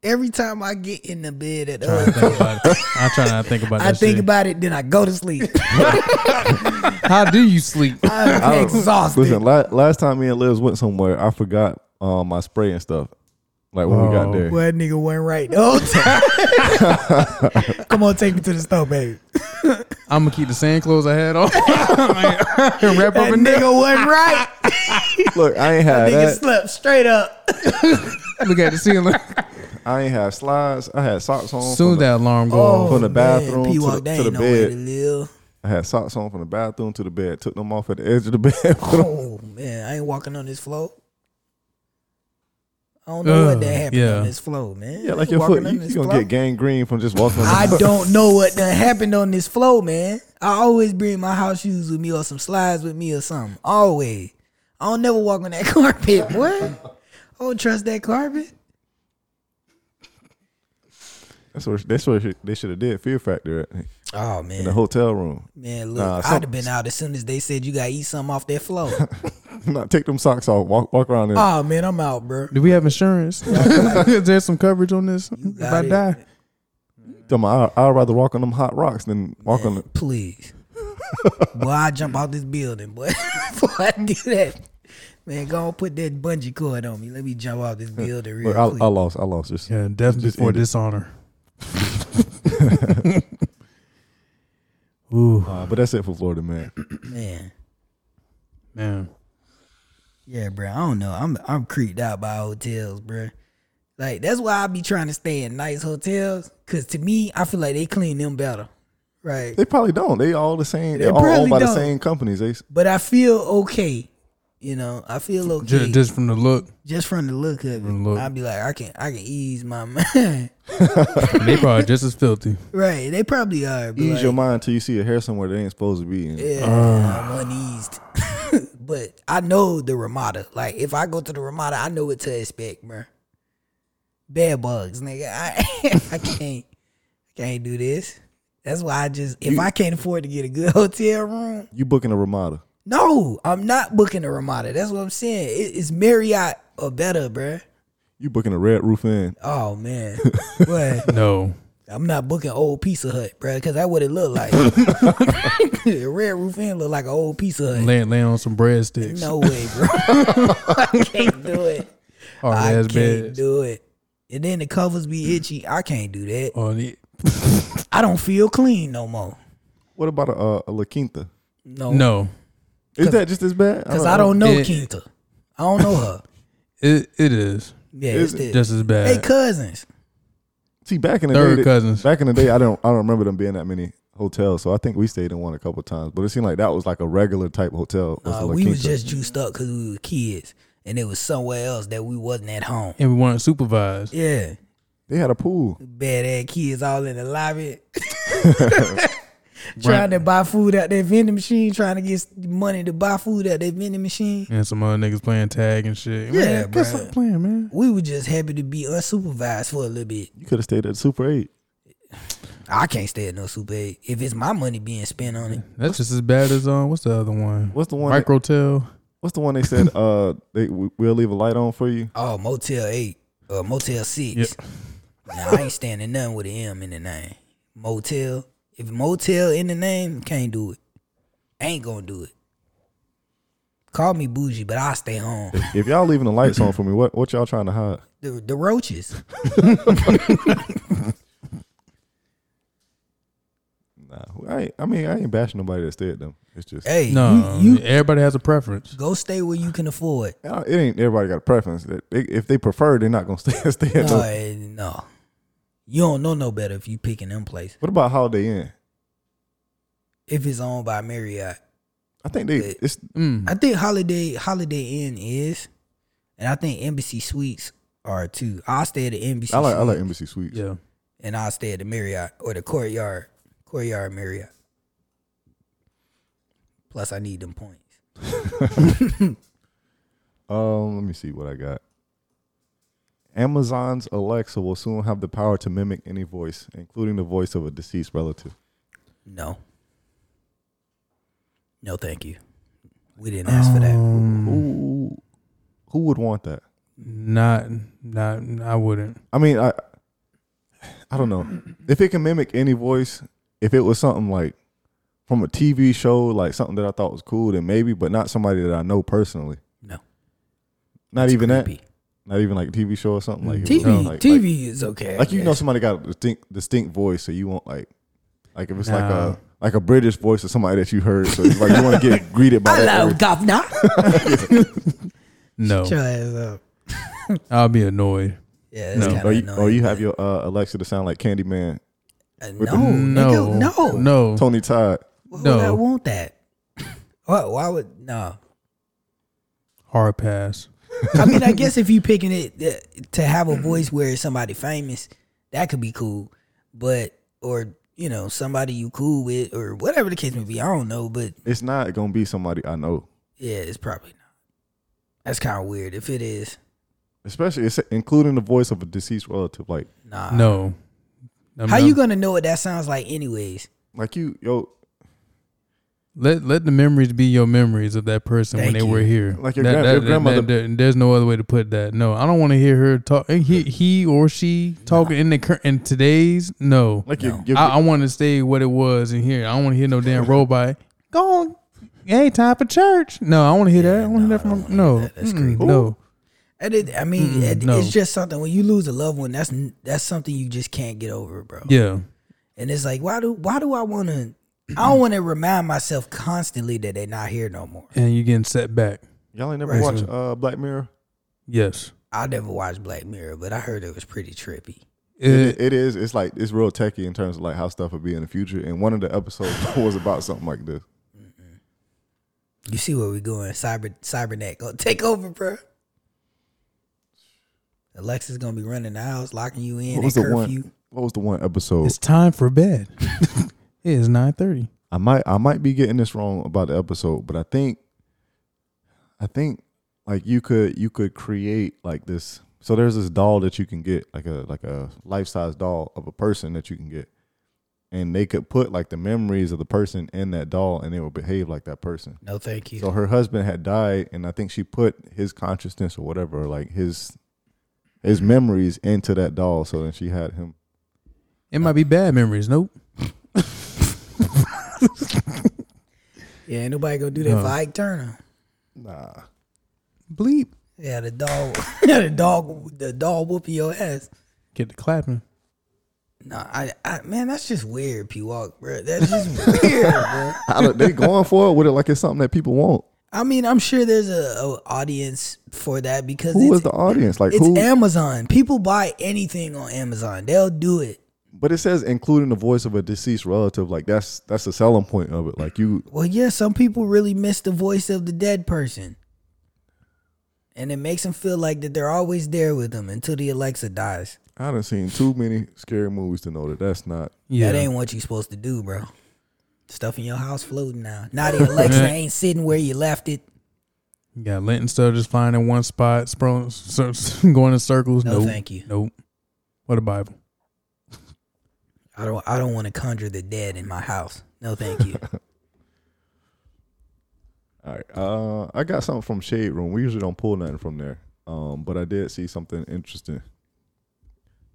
Every time I get in the bed at the Trying to hotel, think about it. I'm trying not to think about that. I think shit. about it, then I go to sleep. how do you sleep? I I'm don't- exhausted. Listen, la- last time me and Liz went somewhere, I forgot um, my spray and stuff. Like when we Oh. got there, Well, that nigga went right the whole time. Come on, take me to the store, baby. I'm gonna keep the same clothes I had on. and wrap up That in there. nigga went right. look, I ain't Nigga had that. slept straight up. Look at the ceiling. I ain't had slides. I had socks Soon on. as from the, that alarm Oh, goes. from the man, bathroom to the, P-Walk, that to the ain't no way to bed, live. I had socks on from the bathroom to the bed. Took them off at the edge of the bed. put 'em- Oh man, I ain't walking on this floor. I don't know Ugh, what that happened yeah. on this floor, man. yeah, I like ain't your walking foot, on you, this you gonna floor. get gangrene from just walking. on the I don't know what done happened on this floor, man. I always bring my house shoes with me or some slides with me or something. Always. I don't never walk on that carpet, boy. I don't trust that carpet. That's what that's what they should have did. Fear Factor at- Oh in the man, hotel room. man, look, Nah, I'd some- have been out as soon as they said you gotta eat something off that floor. Not take them socks off. Walk walk around there. oh man, I'm out, bro. Do we have insurance? Is there some coverage on this? If got I it. die, Tell me, I, I'd rather walk on them hot rocks than walk on. The, Please, boy, I jump out this building, boy. Before I do that, man, go on put that bungee cord on me. Let me jump out this building real Look, I, quick. I lost. I lost. Just yeah, death Just before end it. dishonor. Ooh, Uh, but that's it for Florida, man. man. man. Yeah, bro. I don't know. I'm I'm creeped out by hotels, bro. Like that's why I be trying to stay in nice hotels, cause to me, I feel like they clean them better, right? They probably don't. They all the same. They They're all probably owned by the don't. same companies. They s- But I feel okay, you know. I feel okay Just, just, just from the look, from the look of it. From the look. I'd be like, I can I can ease my mind, they probably just as filthy. right? They probably are. But ease like, your mind till you see a hair somewhere that ain't supposed to be in. Yeah, I'm uneased. but I know the Ramada. Like if I go to the Ramada, I know what to expect, bro. Bed bugs, nigga. I I can't can't do this. That's why I just if I can't afford to get a good hotel room, You booking a Ramada? no, I'm not booking a Ramada. That's what I'm saying. It- it's Marriott or better, bruh. You booking a Red Roof Inn? Oh man, but No, I'm not booking old Pizza Hut, bruh, because that what it look like. Red Roof Inn look like an old Pizza Hut. laying laying on some breadsticks. No way, bro. I can't do it. hard I ass can't beds. do it. And then the covers be itchy. I can't do that. Oh, the- I don't feel clean no more. What about a, uh, a La Quinta? No. no, Is that just as bad? Because I don't know It- Quinta. I don't know her. it it is Yeah, Is it's it the- just as They bad. cousins. See, back in the Third day, cousins. Back in the day, I don't I don't remember them being that many hotels. So I think we stayed in one a couple times, but it seemed like that was like a regular type hotel. was Uh, the La we was Quinta. just juiced up because we were kids, and it was somewhere else that we wasn't at home. and we weren't supervised. Yeah, they had a pool. bad ass kids all in the lobby. trying to buy food out their vending machine, trying to get s- money to buy food out their vending machine. And some other niggas playing tag and shit. Yeah, man, bruh. guess I'm playing, man. We were just happy to be unsupervised for a little bit. You could have stayed at Super Eight. I can't stay at no Super 8 if it's my money being spent on it. That's just as bad as um. What's the other one? What's the one? That, Microtel. what's the one they said? uh, they we- we'll leave a light on for you. Oh, Motel 8 or Motel 6. Nah, I ain't standing nothing with an M in the name. Motel. If motel in the name, can't do it. Ain't gonna do it. Call me bougie, but I'll stay home. If y'all leaving the lights on for me, what what y'all trying to hide? The, the roaches. Nah, I ain't, I mean I ain't bashing nobody that stayed at them. It's just Eh. Hey, No, you, you everybody has a preference. go stay where you can afford. Uh, it ain't everybody got a preference. That they, if they prefer, they're not gonna stay stay at. No, those. eh, no. You don't know no better if you picking them place. What about Holiday Inn? If it's owned by Marriott. I think they it's Mm. I think Holiday Holiday Inn is, and I think Embassy Suites are too. I'll stay at the Embassy I like I Suites, like Embassy Suites. Yeah. and I'll stay at the Marriott or the Courtyard Courtyard Marriott. Plus, I need them points. Um, let me see what I got. Amazon's Alexa will soon have the power to mimic any voice, including the voice of a deceased relative. No, no, thank you. We didn't ask for Um, that. Mm. Who who would want that? Not, not. I wouldn't. I mean, I I don't know. If it can mimic any voice, if it was something like from a TV show, like something that I thought was cool, then maybe, but not somebody that I know personally. No, Not even creepy. that. Not even like a TV show or something like if it was TV like- TV like- is okay. I like you know guess. somebody got a distinct distinct voice, so you want like like if it's like Nah. a like a British voice or somebody that you heard, so it's like you want to get greeted by that. Hello, every- governor. No, Shut your ass up. I'll be annoyed. Yeah, that's or, kind you, of or you have your uh, Alexa to sound like Candyman, Uh, no, no, no, Oh, no, no. Tony Todd. Why would I No. want that? Why, why would no? Hard pass. I mean, I guess if you picking it uh, to have a voice where it's somebody famous, that could be cool. But or you know somebody you cool with or whatever the case may be, I don't know. But It's not gonna be somebody I know, yeah, it's probably not. That's kind of weird. If it is, especially it's including the voice of a deceased relative. Like nah. No. I mean, Ah. How I'm- you gonna know what that sounds like, anyways? like you yo Let let the memories be your memories of that person Thank when they you. were here. Like your gran- your grandmother- there- there's no other way to put that. No, I don't want to hear her talk. He, he or she talking in the cur- in today's. No, like your, your I, I want to stay what it was in here. I don't want to hear no damn robot. Go on. Ain't time for church. No, I want to hear that. I want to hear that from no. That's Mm-mm, creepy. no. And it, I mean, Mm-mm, it, no. it's just something when you lose a loved one. That's n- that's something you just can't get over, bro. Yeah. And it's like, why do why do I want to? I don't want to remind myself constantly that they're not here no more. And you getting set back. y'all ain't never Right. watch uh, Black Mirror. Yes. I never watched Black Mirror, but I heard it was pretty trippy. It, It- it is. It's like it's real techie in terms of like how stuff would be in the future. And one of the episodes was about something like this. You see where we going? Cyber Cybernet gonna take over, bro. Alexa's gonna be running the house, locking you in, What and was the curfew. one? What was the one episode? it's time for bed. it is nine thirty. I might I might be getting this wrong about the episode, but I think I think like you could you could create like this. So there's this doll that you can get like a like a life size doll of a person that you can get, and they could put like the memories of the person in that doll, and it would behave like that person. No, thank you. So her husband had died, and I think she put his consciousness or whatever, like his his memories into that doll. So then she had him. It might be bad memories. Nope. yeah, ain't nobody gonna do that for Ike Turner. Nah, Bleep. Yeah, the dog, the dog, the dog whooping your ass. Get the clapping. No, I, I, man, that's just weird, P Walk, bro. That's just weird, bro. I don't- they going for it with it like it's something that people want. I mean, I'm sure there's a, a audience for that because Who it's, is the audience? Like it's who? Amazon. People buy anything on Amazon. They'll do it. but it says including the voice of a deceased relative. Like that's that's the selling point of it. Like you, Well, yeah, some people really miss the voice of the dead person. And it makes them feel like that they're always there with them until the Alexa dies. I done seen too many scary movies to know that that's not. Yeah, That ain't what you supposed to do, bro. Stuff in your house floating now. Now the Alexa ain't sitting where you left it. you got lint and stuff just flying in one spot, spro- so- so- going in circles. No, nope. thank you. Nope. What a Bible. I don't I don't want to conjure the dead in my house. No thank you. All right, uh, I got something from Shade Room. We usually don't pull nothing from there, um, but I did see something interesting.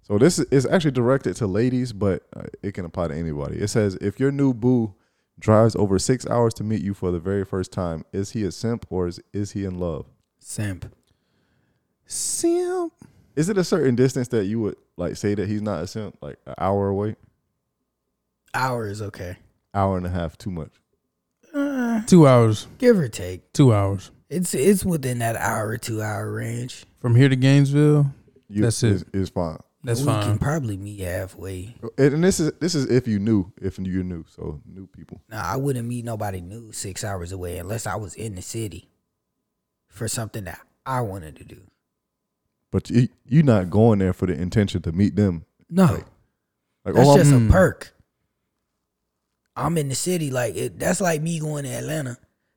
So this is actually directed to ladies, but uh, it can apply to anybody. It says, if your new boo drives over six hours to meet you for the very first time, is he a simp or is is he in love? Simp. Simp. Is it a certain distance that you would like say that he's not a simp? Like an hour away, Hour is okay. hour and a half, too much. Uh, Two hours. give or take. Two hours It's it's within that hour or two hour range. from here to Gainesville. You, That's is, it. Is fine. That's we fine. can probably meet halfway. And and this is this is if you knew, if you knew, so new people. Nah, I wouldn't meet nobody new six hours away unless I was in the city for something that I wanted to do. But you you not going there for the intention to meet them. No, Like that's oh, just I'm, Um, a perk. I'm in the city, like it, that's like me going to Atlanta,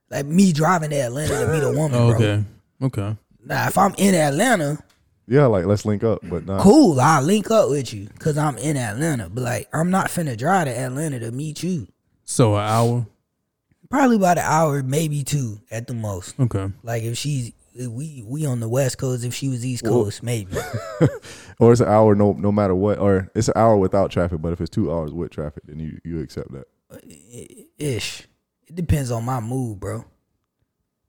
like me driving to Atlanta to meet a woman, Oh, bro. okay. Okay. Now, if I'm in Atlanta, yeah, like let's link up, but not. cool, I'll link up with you because I'm in Atlanta. But like, I'm not finna drive to Atlanta to meet you. So an hour. Probably about an hour, maybe two at the most. Okay. Like if she's if we we on the West Coast, if she was East Well- Coast, maybe. Or it's an hour, no, no matter what, or it's an hour without traffic. But if it's two hours with traffic, then you you accept that. ish. It depends on my mood, bro,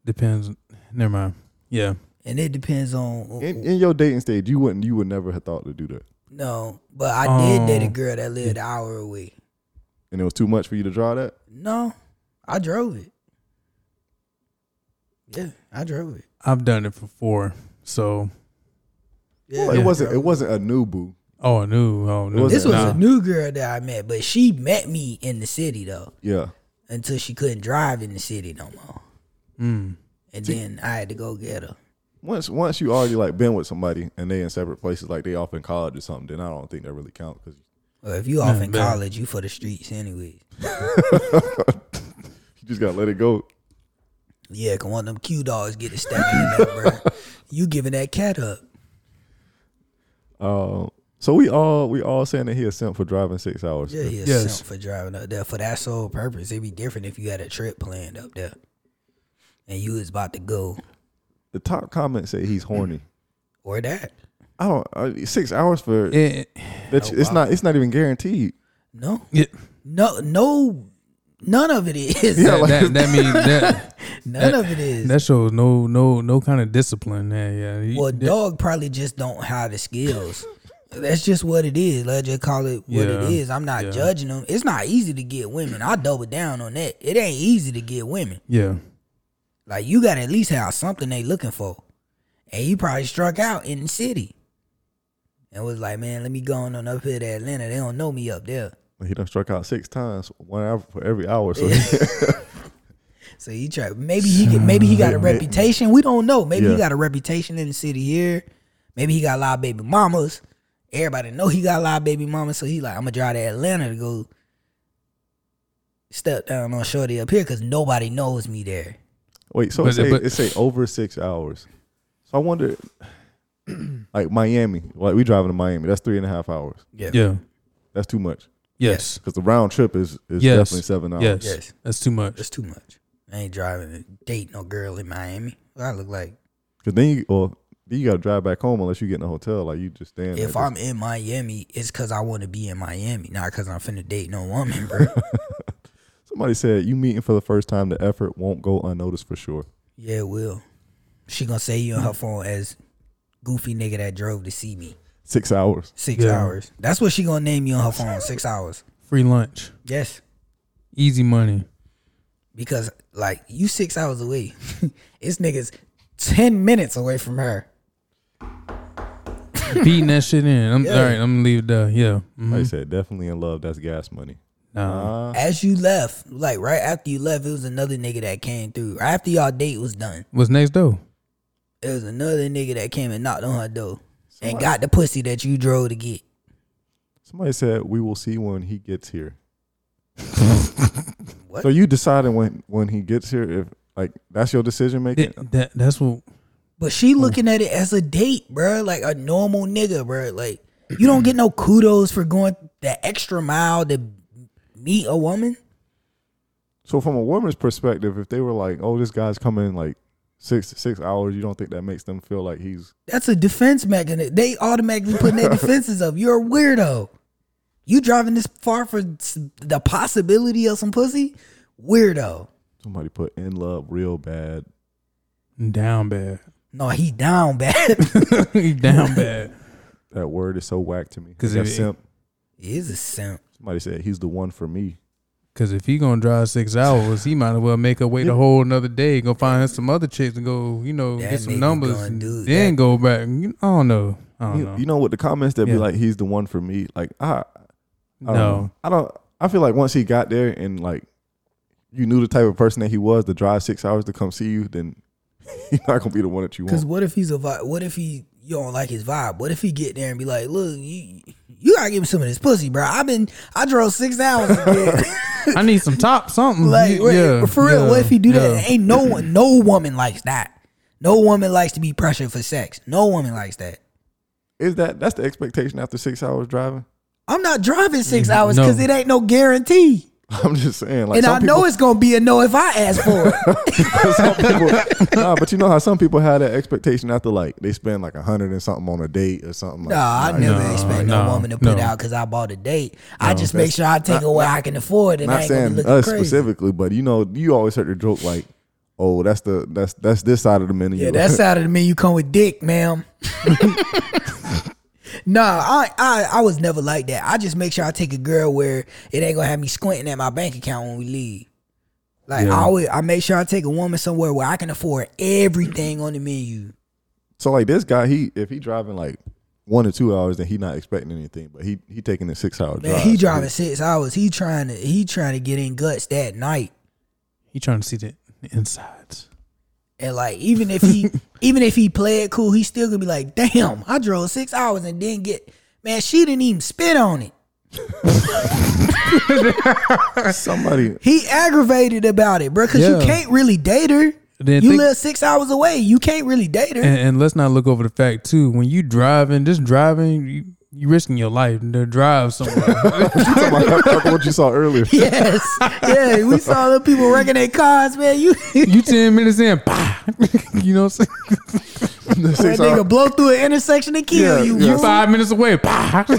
Depends. Never mind. Yeah. and it depends on In, in your dating stage, you wouldn't, you would never have thought to do that, no. But I did date a Oh. girl that lived an hour away. and it was too much for you to draw that. No, I drove it. Yeah, I drove it. I've done it before. So Yeah, Well, it I wasn't, it drove wasn't a new boo. oh no. Oh no. wasn't- This was nah. a new girl that I met, but she met me in the city though, Yeah, until she couldn't drive in the city no more, Mm. and then I had to go get her. once once you already like been with somebody and they in separate places, like they off in college or something, then I don't think that really counts because Or if you off Nah, in man. college, you for the streets anyway. you just gotta let it go. Yeah, can one of them Q dogs get a stab in that, bro? You giving that cat up? Um, so we all we all saying that he a simp for driving six hours. Yeah, he a Yes. simp for driving up there for that sole purpose. It'd be different if you had a trip planned up there, and you was about to go The top comment say he's horny. or that. I don't uh, six hours for It, that's, Oh, it's not it's not even guaranteed. No, it, no, no, none of it is. Yeah, that, like- that, that means that none of it is. that shows no no no kind of discipline. Yeah, yeah. You- well, that- dog probably just don't have the skills. That's just what it is. Let's just call it what Yeah, it is. I'm not yeah. judging them. It's not easy to get women. I double down on that. It ain't easy to get women. yeah. Like you got to at least have something they looking for, and you probably struck out in the city, and was like, man, let me go on up here to Atlanta. They don't know me up there, He done struck out six times, one hour for every hour. So so you try. Maybe he could, maybe he got a reputation. We don't know. Maybe Yeah. he got a reputation in the city here. Maybe he got a lot of baby mamas. Everybody know he got a lot of baby mamas, so he like, I'm gonna drive to Atlanta to go step down on Shorty up here because nobody knows me there. wait, so But- it say, but- it say over six hours. So I wonder, like Miami, like we driving to Miami, that's three and a half hours. Yeah. That's too much Yes. because the round trip is is Yes. definitely seven hours. Yes. Yes. That's too much. That's too much. I ain't driving and date no girl in Miami. What I look like Because then you or then you gotta drive back home unless you get in a hotel. Like you just stand. if there, I'm in Miami, it's cause I want to be in Miami, not cause I'm finna date no woman, bro. just- somebody said you meeting for the first time, the effort won't go unnoticed for sure. yeah, it will. She gonna say you on her phone as goofy nigga that drove to see me Six hours. six Yeah. hours. That's what she gonna name you on her phone. Six hours. Free lunch. Yes. Easy money. because like you six hours away, this nigga's ten minutes away from her. beating that shit in. I'm Yeah. all right. I'm gonna leave it there. Yeah. Mhm. Mm-hmm. Like I said, definitely in love. That's gas money. Uh-huh. Nah. Uh, As you left, like right after you left, it was another nigga that came through. Right after y'all date was done, What's next though? it was another nigga that came and knocked on her door and got the pussy that you drove to get. Somebody said we will see when he gets here. What? So you deciding when when he gets here if like that's your decision making. That, that- that's what. But she looking at it as a date, bruh, like a normal nigga, bruh. Like you don't get no kudos for going the extra mile to meet a woman. So from a woman's perspective, if they were like, "Oh, this guy's coming like six six hours," you don't think that makes them feel like he's That's a defense mechanism. They automatically putting their defenses up. You're a weirdo. You driving this far for s- the possibility of some pussy? Weirdo. somebody put in love real bad. Down bad. No, he down bad. He down bad. That word is so whack to me. 'Cause Like if a it- simp. he is a simp. Somebody said he's the one for me. Cause if he gonna drive six hours, he might as well make her wait a whole another day. Go find her some other chicks and go, you know, That get some nigga numbers. gonna and do then that. go back. You- I don't know. I don't You, know. you know what? The comments that be Yeah. like, "He's the one for me." Like I, I no. don't know. I don't. I feel like once he got there and like you knew the type of person that he was to drive six hours to come see you, then he's not gonna be the one that you Cause want. what if he's a vibe? What if he you don't like his vibe? What if he get there and be like, look, you you gotta give him some of this pussy, bro. I've been I drove six hours. again." I need some top something. like You- wait, yeah, for real, yeah, what if he do yeah. that? Ain't no one, no woman likes that. No woman likes to be pressured for sex. No woman likes that. Is that that's the expectation after six hours driving? I'm not driving six hours no. because it ain't no guarantee. I'm just saying. Mm, Like and some I know people- it's gonna be a no if I ask for it. some people, nah, but you know how some people have that expectation after like they spend like a hundred and something on a date or something. Like, no, I nah, never no, expect no, no, woman to put no. out because I bought a date. I just make sure I take it where I can afford, and I Not ain't gonna be saying looking us crazy. specifically, but you know, you always heard the joke like, "Oh, that's the that's that's this side of the menu." Yeah, that sounded to me you come with dick, ma'am. nah, I, I I was never like that. I just make sure I take a girl where it ain't gonna have me squinting at my bank account when we leave. Like I always, I make sure I take a woman somewhere where I can afford everything on the menu. so like this guy, he if he driving like one or two hours, then he not expecting anything, but he he taking a six hour Man, drive. he driving six hours. He trying to he trying to get in guts that night. He trying to see the insides. And like even if he even if he play it cool, he still gonna be like, damn, I drove six hours and didn't get man, she didn't even spit on it. somebody. He aggravated about it, bro, because you Yeah. can't really date her. Then you think- live six hours away. You can't really date her. And, and let's not look over the fact too. When you driving, just driving, you you risking your life to drive somewhere. Somebody talking what you saw earlier. yes, yeah. We saw the people wrecking their cars, man. You that you ten minutes in, bah. you know, what I'm saying? Six hour- nigga blow through an intersection and kill Yeah, you. yeah. fool. you five minutes away. Bah. yeah,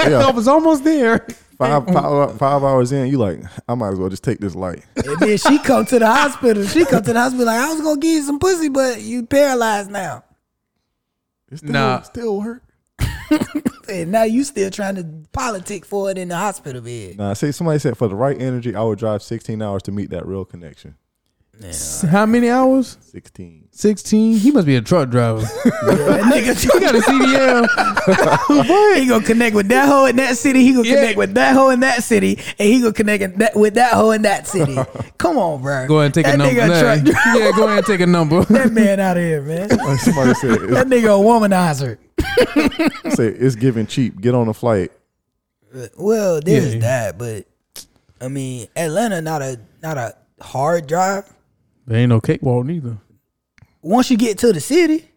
I yeah. was almost there. Five, five five hours in, you like I might as well just take this light. And then she come to the hospital. She come to the hospital like I was gonna give you some pussy, but you paralyzed now, It still, Nah. still work. and now you still trying to politic for it in the hospital bed. Nah, say somebody said for the right energy, I would drive 16 hours to meet that real connection. How many hours? 16. Sixteen. He must be a truck driver. Yeah, he got nigga, a CDL. he gonna connect with that hoe in that city. He gonna Yeah. connect with that hoe in that city, and he gonna connect in that, with that hoe in that city. Come on, bro. Go ahead and take a that number. Nigga a truck Nah. driver. Yeah, go ahead and take a number. that man out of here, man. that Like somebody said, it's, nigga a womanizer. say, it's giving cheap. Get on a flight. Well, there's Yeah. that, but I mean, Atlanta not a not a hard drive. There ain't no cakewalk neither. Once you get to the city,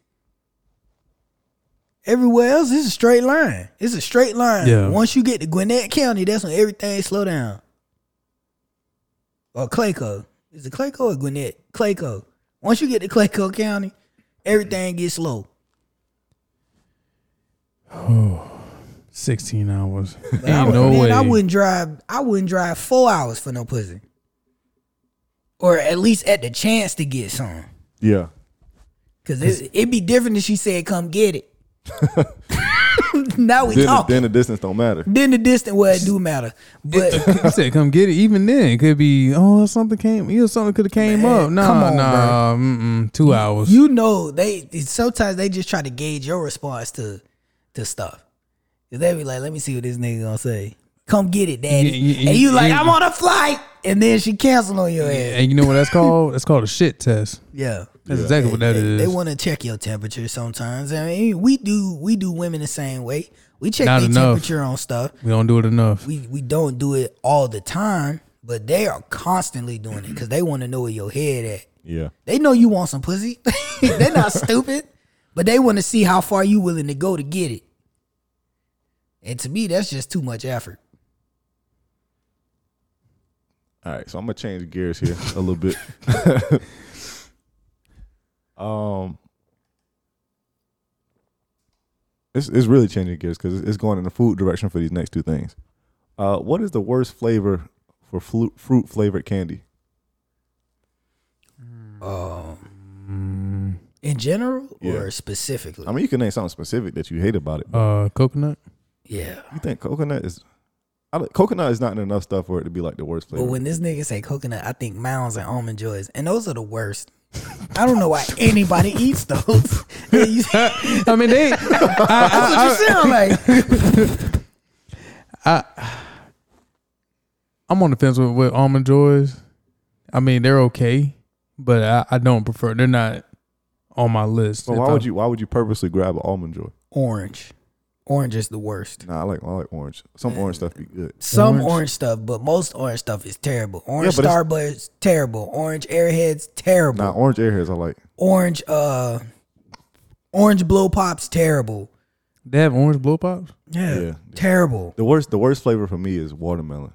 everywhere else it's a straight line. It's a straight line. Yeah. Once you get to Gwinnett County, that's when everything slow down. Or Clayco. Is it Clayco or Gwinnett? Clayco. Once you get to Clayco County, everything gets slow. Sixteen hours. But I, Ain't would- no man, way. I wouldn't drive. I wouldn't drive four hours for no pussy, or at least at the chance to get some. Yeah. Cause it, it'd be different if she said, "Come get it." now we Then, the- talking. then the distance don't matter. Then the distance well it do matter, but I said, come get it. Even then, it could be oh something came. You know, something could have came Man, up. No, come on, nah, mm-mm, two hours. you know they sometimes they just try to gauge your response to to stuff. 'Cause they be like, let me see what this nigga gonna say. Come get it, daddy. Yeah, yeah, and you yeah, like, yeah. I'm on a flight, and then she cancel on your ass. and you know what that's called? That's called a shit test. Yeah. That's exactly what that they, is. want to check your temperature sometimes. I mean, we do we do women the same way. We check Not their enough. temperature on stuff. we don't do it enough. We we don't do it all the time, but they are constantly doing it because they want to know where your head at. Yeah. They know you want some pussy. They're not stupid, but they want to see how far you willing to go to get it. And to me, that's just too much effort. All right, so I'm gonna change gears here a little bit. um, it's it's really changing gears because it's going in the food direction for these next two things. Uh, what is the worst flavor for flu- fruit flavored candy? In general Yeah. or specifically? I mean, you can name something specific that you hate about it. But Uh, coconut. yeah. I think coconut is. I, don't- coconut is not in enough stuff for it to be like the worst But flavor. when this nigga say coconut, I think mounds and almond joys, and those are the worst. I don't know why anybody eats those. You- That's I mean, they. what you sound like. I'm on the fence with, with almond joys. I mean, they're okay, but I, I don't prefer. They're not on my list. so If why I- would you why would you purposely grab an almond joy? Orange, orange is the worst. Nah, I like I like orange. Some Eh. orange stuff be good. Some Orange. orange, stuff, but most orange stuff is terrible. Orange but it's- Starburst, terrible. Orange Airheads, terrible. Nah, orange airheads I like. Orange, uh, orange blow pops, terrible. They have orange blow pops. Yeah, Yeah. terrible. The worst the worst flavor for me is watermelon.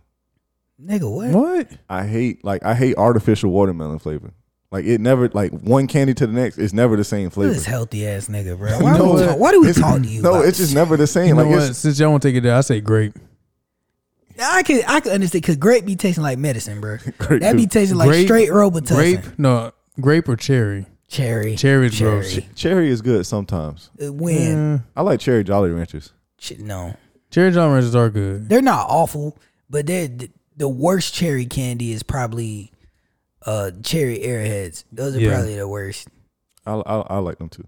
Nigga, what? What? I hate like I hate artificial watermelon flavor. Like it never like one candy to the next. It's never the same Look flavor. at This healthy ass nigga, bro. Why, know we what? talk, why do we It's- talk to you? No, about it's this? just never the same. You know like what? it's Since y'all won't take it there, I say grape. I can I can understand because grape be tasting like medicine, bro. Grape that be do. tasting like grape, straight Robitussin. Grape? No, grape or cherry. cherry, Cherry's gross. cherry is good sometimes. Uh, When Yeah. I like cherry jolly ranchers. Shit, no, Cherry John Ranchers are good. they're not awful, but they're th- the worst cherry candy is probably uh cherry airheads. Those are Yeah. probably the worst. I, I I like them too.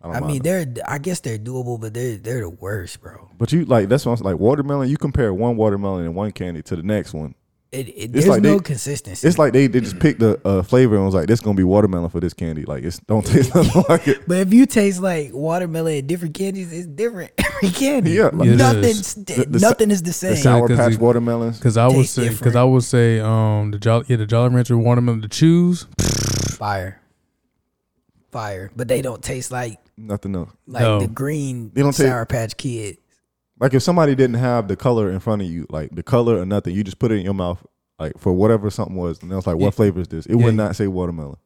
I don't I mind mean, them. they're I guess they're doable, but they're they're the worst, bro. But you like that's what I'm saying. Like watermelon, you compare one watermelon and one candy to the next one. It, it, there's like no they- consistency. It's like they, they just picked the uh, flavor and was like, "This gonna be watermelon for this candy." Like it's don't taste nothing like it. but if you taste like watermelon and different candies, it's different every candy. Yeah, like- Yeah, it nothing's The- the sa- nothing is the The same. sour 'cause patch it- watermelons. Cause I would Taste say, different. cause I would say, um, the Jolly, yeah, the Jolly Rancher watermelon to choose. Fire, fire, but they don't taste like Nothing else. like No. the green They don't take- Sour Patch Kid. Like if somebody didn't have the color in front of you, like the color or nothing, you just put it in your mouth, like for whatever something was, and I was like, "What Yeah. flavor is this?" It Yeah. would not say watermelon.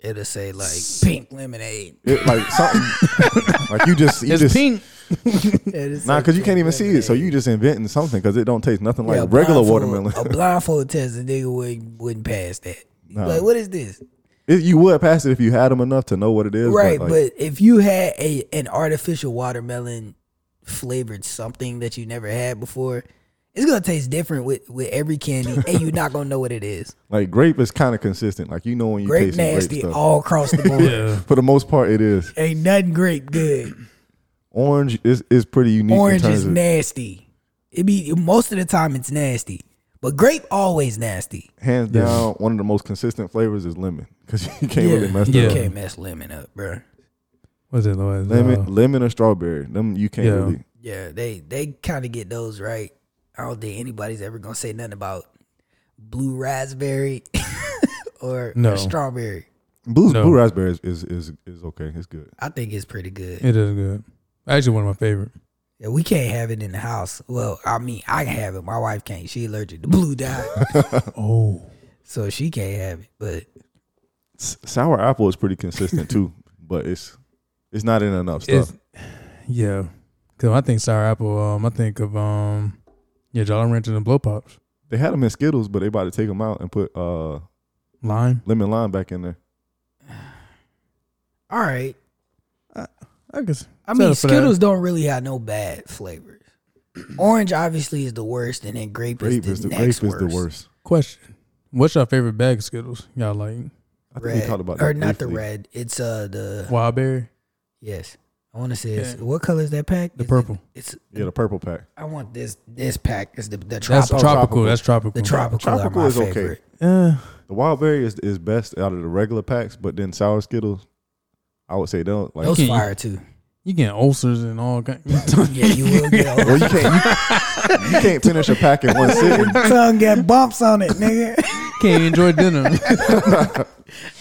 It'll say like pink lemonade. It, like something, like you just, you It's just pink. It'll say nah, because you pink can't even see it, so lemonade. you just inventing something because it don't taste nothing like Yeah, a regular blindfold- watermelon. a blindfold test, a nigga wouldn't, wouldn't pass that. Nah. Like, what is this? It- you would pass it if you had them enough to know what it is, right, But, but, like, if you had a an artificial watermelon flavored something that you never had before, it's gonna taste different with with every candy, and you're not gonna know what it is. like grape is kind of consistent. Like you know when you Grape taste nasty grape stuff. all across the board. Yeah. for the most part, it is Ain't nothing grape good. orange is is pretty unique. Orange in terms is of, nasty. It be most of the time it's nasty, but grape always nasty. hands Yeah. down one of the most consistent flavors is lemon because you can't really mess you Yeah. that up. can't mess lemon up, bro. What's it, Lois? Lemon, lemon or strawberry. Them you can't Yeah. really. Yeah, they they kind of get those right. I don't think anybody's ever gonna say nothing about blue raspberry or, No. or strawberry. Blue No. blue raspberry is, is is is okay. It's good. I think it's pretty good. It is good. Actually, one of my favorite. Yeah, we can't have it in the house. Well, I mean, I can have it. My wife can't. She allergic to blue dye, Oh, so she can't have it. But S- sour apple is pretty consistent too, but it's it's not in enough stuff. it's, yeah. Cause when I think sour apple. Um, I think of um, yeah, Jolly Rancher and blow pops. they had them in Skittles, but they about to take them out and put uh Lime. lemon lime back in there. all right, I guess. I mean, Skittles don't really have no bad flavors. Orange obviously is the worst, and then grape, Grape is the grape next is worst. the worst. Question: What's your favorite bag of Skittles? Y'all like I think Red, we talked about that or not the briefly. red? It's uh the wild berry, yes. I want to say it's, Yeah. what color is that pack? the Is it- purple. It's Yeah, the purple pack. I want this this pack is the the That's tropical. tropical. tropical. That's the tropical. tropical, Tropical are my is okay. favorite. Yeah. The wild berry is, is best out of the regular packs, but then sour Skittles, I would say don't like. Those Can't- fire too. You getting ulcers and all kinds. Yeah, you will get Well, old. you can't you, you can't finish a pack in one sitting. tongue got bumps on it, nigga. Can't enjoy dinner.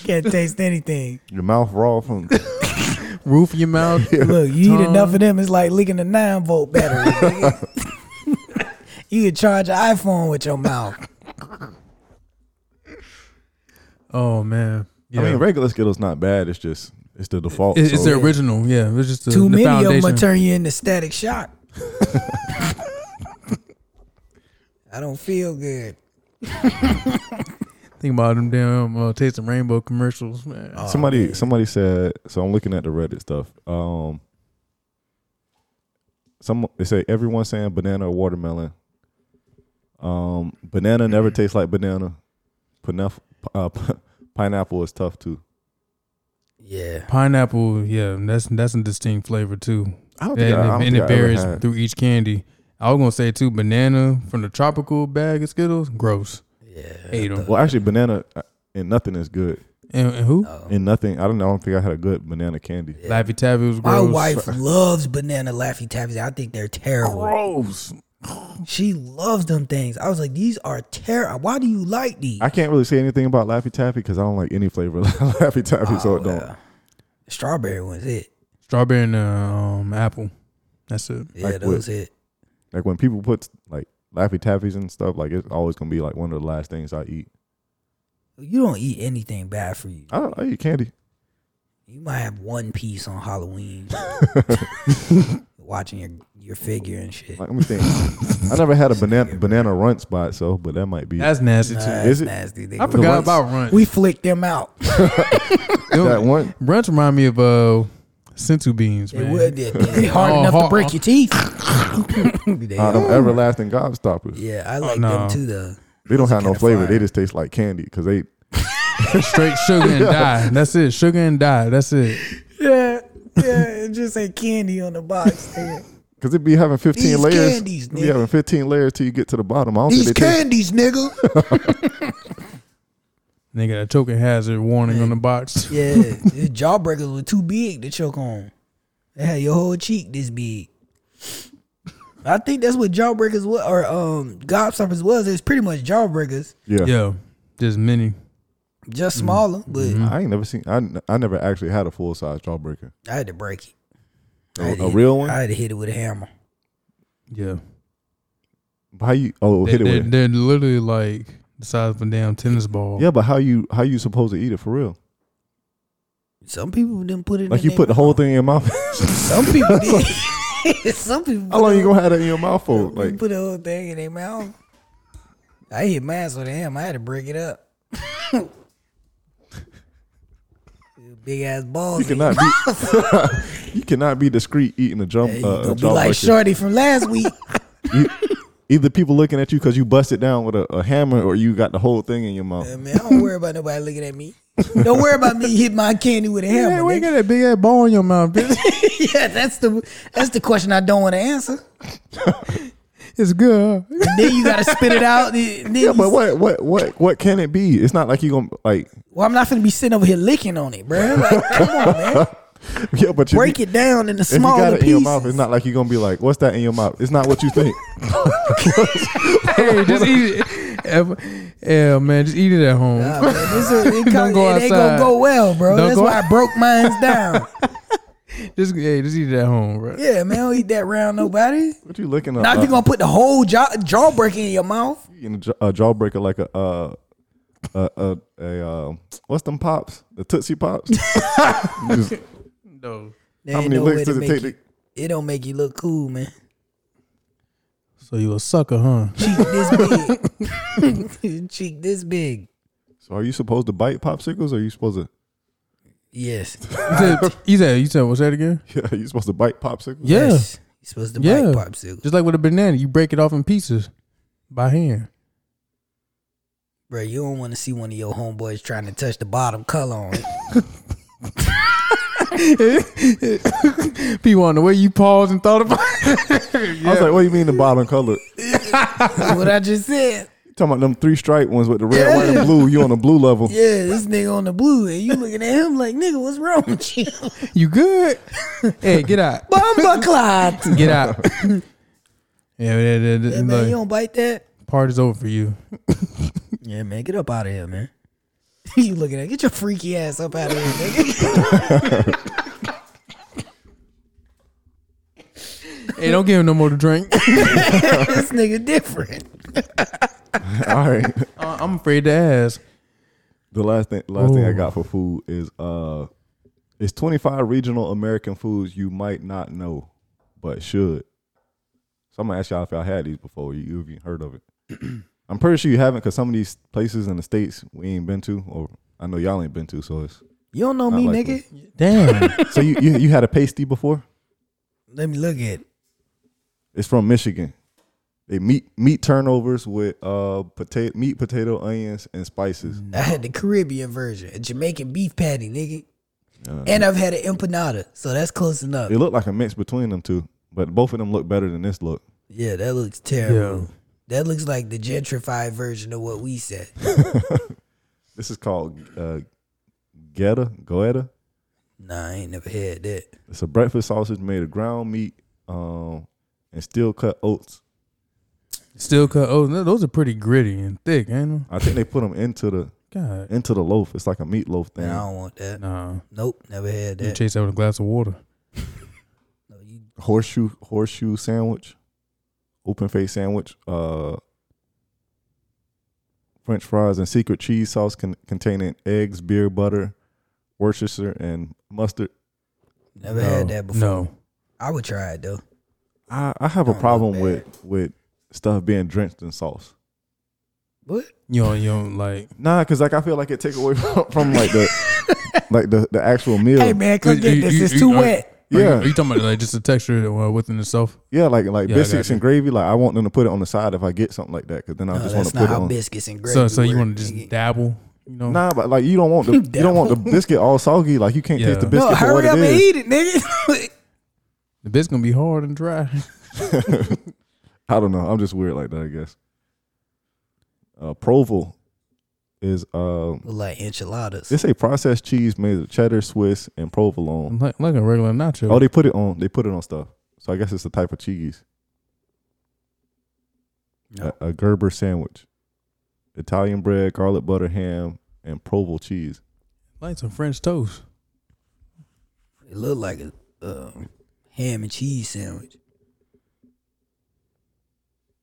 Can't taste anything. Your mouth raw from Roof of your mouth. Look, you eat Tongue. enough of them, it's like licking a nine volt battery. nigga. you can charge an iPhone with your mouth. Oh man. Yeah. I mean, regular Skittles not bad. It's just it's the default. It- it's so the original. Yeah. It's just the, Too the many foundation. of them will turn you into static shock. I don't feel good. Think about them damn uh, Taste of Rainbow commercials, man. somebody somebody said. So I'm looking at the Reddit stuff. Um, some they say everyone saying banana or watermelon. Um, banana never tastes like banana. Pinef- uh, pineapple is tough too. Yeah. Pineapple, yeah, that's that's a distinct flavor too. I and don't think I- I don't it, and think it I ever varies had- through each candy. I was gonna say too, banana from the tropical bag of Skittles, gross. Yeah. Ate them. Well, actually, banana uh, and nothing is good. And, and who? Oh. And nothing. I don't know. I don't think I had a good banana candy. Laffy Taffy was My gross. wife loves banana Laffy Taffys. I think they're terrible. gross. She loves them things. I was like, these are terrible. Why do you like these? I can't really say anything about Laffy Taffy because I don't like any flavor of Laffy Taffy, so it don't. yeah. Strawberry one's it. Strawberry and uh, um, apple. That's it. Yeah, Like those it. Like when people put like Laffy Taffys and stuff, like it's always gonna be like one of the last things I eat. You don't eat anything bad for you. I, don't, I eat candy. You might have one piece on Halloween. Watching your your figure and shit. Like let me think. I never had a banana banana runs by itself, but that might be. That's nasty too. Nah, is that's it- nasty. They- I forgot ones- about Runch. We flicked them out. that one. Runch remind me of uh, Sentu beans, They man. would. They, they hard Oh, enough to hard- break your teeth. They Uh, are. them everlasting gobstoppers. yeah, I like no. them too though. They don't have no kinda flavor. fire. They just taste like candy because they. Straight sugar and dye. That's it. Sugar and dye. That's it. Yeah, yeah. It just ain't candy on the box. Cause it be having fifteen These layers. candies, it be nigga. having fifteen layers till you get to the bottom. I don't These think they taste- candies, nigga. And they got a token hazard warning on the box. Yeah, the jawbreakers were too big to choke on. They had your whole cheek this big. I think that's what jawbreakers was, or um, gobstoppers was. It's pretty much jawbreakers, Yeah. Yeah, just mini. just Mm-hmm. smaller. But I ain't never seen. I, n- I never actually had a full size jawbreaker. I had to break it. I had A, to a hit real it- one. I had to hit it with a hammer. Yeah, How you? Oh, they, hit it they're, with. it. they're literally like the size of a damn tennis ball. Yeah, but how you how you supposed to eat it for real? Some people didn't put it. Like in you their put the mouth. whole thing in your mouth. Some people did. Some people. how put long the you gonna have that in your mouth for? whole- Like put the whole thing in their mouth. I hit mine with a hammer. I had to break it up. Big ass balls. you in cannot be you cannot be discreet eating a jump. You Uh, gonna a be like jawbreaker. Shorty from last week. Either people looking at you because you busted down with a, a hammer, or you got the whole thing in your mouth. Uh, man, I don't worry about nobody looking at me. Don't worry about me hit my candy with a hammer. Hey, where you nigga. got that big ass ball in your mouth, bitch? yeah, that's the that's the question I don't want to answer. it's good. huh? And then you gotta spit it out. and Then Yeah, you- but what what what what can it be? It's not like you gonna like. well, I'm not gonna be sitting over here licking on it, bro. Like, come on, man. Yeah, but you Break it down into If you got smaller it pieces. in your mouth, it's not like you're gonna be like, "What's that in your mouth?" It's not what you think. hey, just eat it. Yeah, man, just eat it at home. Nah, man, this is- it come- go it ain't gonna outside. go well, bro. Don't That's go- why I broke mine down. Just hey, just eat it at home, bro. yeah, man, don't eat that round nobody. What you looking at? Now if uh, you're gonna put the whole jaw jawbreaker in your mouth, in a, jaw- a jawbreaker like a uh a a, a um what's them pops? The Tootsie Pops. You just- No. there how ain't many no way licks to does it make take? you- To, it don't make you look cool, man. So you a sucker, huh? Cheek this big. Cheek this big. so are you supposed to bite popsicles? Or are you supposed to? Yes. You said, you said, you said, what's that again? Yeah, you supposed to bite popsicles? Yeah. Yes. You're supposed to Yeah. bite popsicles. Just like with a banana, you break it off in pieces by hand. Bro, you don't want to see one of your homeboys trying to touch the bottom color on it. P1, the way you paused and thought about it. I was like, what do you mean the bottom color? That's what I just said. You talking about them three stripe ones with the red, white, and blue. You on the blue level. Yeah, this nigga on the blue, and you looking at him like, nigga, what's wrong with you? you good? hey, get out. Bumba clot. Get out. yeah, that, that, that, Yeah, man, look, you don't bite that. part is over for you. Yeah, man, get up out of here, man. you looking at get your freaky ass up out of here, nigga. Hey, don't give him no more to drink. this nigga different. All right. Uh, I'm afraid to ask. The last thing, last thing I Ooh. got for food is uh, it's twenty five regional American foods you might not know, but should. So I'm gonna ask y'all if y'all had these before. You if you heard of it? I'm pretty sure you haven't, because some of these places in the states we ain't been to, or I know y'all ain't been to. So it's You don't know Not me, likely. nigga. Damn. so you, you you had a pasty before? Let me look at. it. It's from Michigan. They meat meat turnovers with uh potato meat, potato, onions, and spices. I had the Caribbean version, a Jamaican beef patty, nigga. and I've had an empanada, so that's close enough. It looked like a mix between them two, but both of them look better than this look. yeah, that looks terrible. That looks like the gentrified version of what we said. This is called uh, Geta, Goetta. Nah, I ain't never had that. It's a breakfast sausage made of ground meat um, and steel cut oats. Still cut. Oh, no, those are pretty gritty and thick, ain't I think they put them into the they? God. into the loaf. It's like a meatloaf thing. Nah, I don't want that. Nah. Nope, never had You that. chase that with a glass of water. Horseshoe horseshoe sandwich, open face sandwich, uh, French fries and secret cheese sauce con- containing eggs, beer, butter, Worcestershire, and mustard. Never had that before. No. I would try it though. I, I have a Don't look problem bad. with with stuff being drenched in sauce. What? You don't, you don't like. Nah, cause like I feel like it take away from, from like the like the, the actual meal. Hey man, come You- get you- this. you- It's you- too are- wet. Are you, Yeah. are you talking about like just the texture uh, within itself? yeah, like like Yeah, I biscuits got and gravy. Like I want them to put it on the side if I get something like that, cause then I No, just want that's to put not it how on. biscuits and gravy. So, so you work, want to just nigga. dabble? You know? Nah, but like you don't want the you don't want the biscuit all soggy. Like you can't Yeah. taste the No, biscuit No, for what hurry up it and is. eat it, nigga. The bit's gonna be hard and dry. I don't know. I'm just weird like that, I guess. Uh, Provo is uh, Look like enchiladas. it's a processed cheese made of cheddar, Swiss, and provolone. like, like a regular nacho. Oh, they put it on. They put it on stuff. So I guess it's a type of cheese. No. A, a Gerber sandwich, Italian bread, garlic butter, ham, and Provo cheese. like some French toast. It looked like a um, ham and cheese sandwich.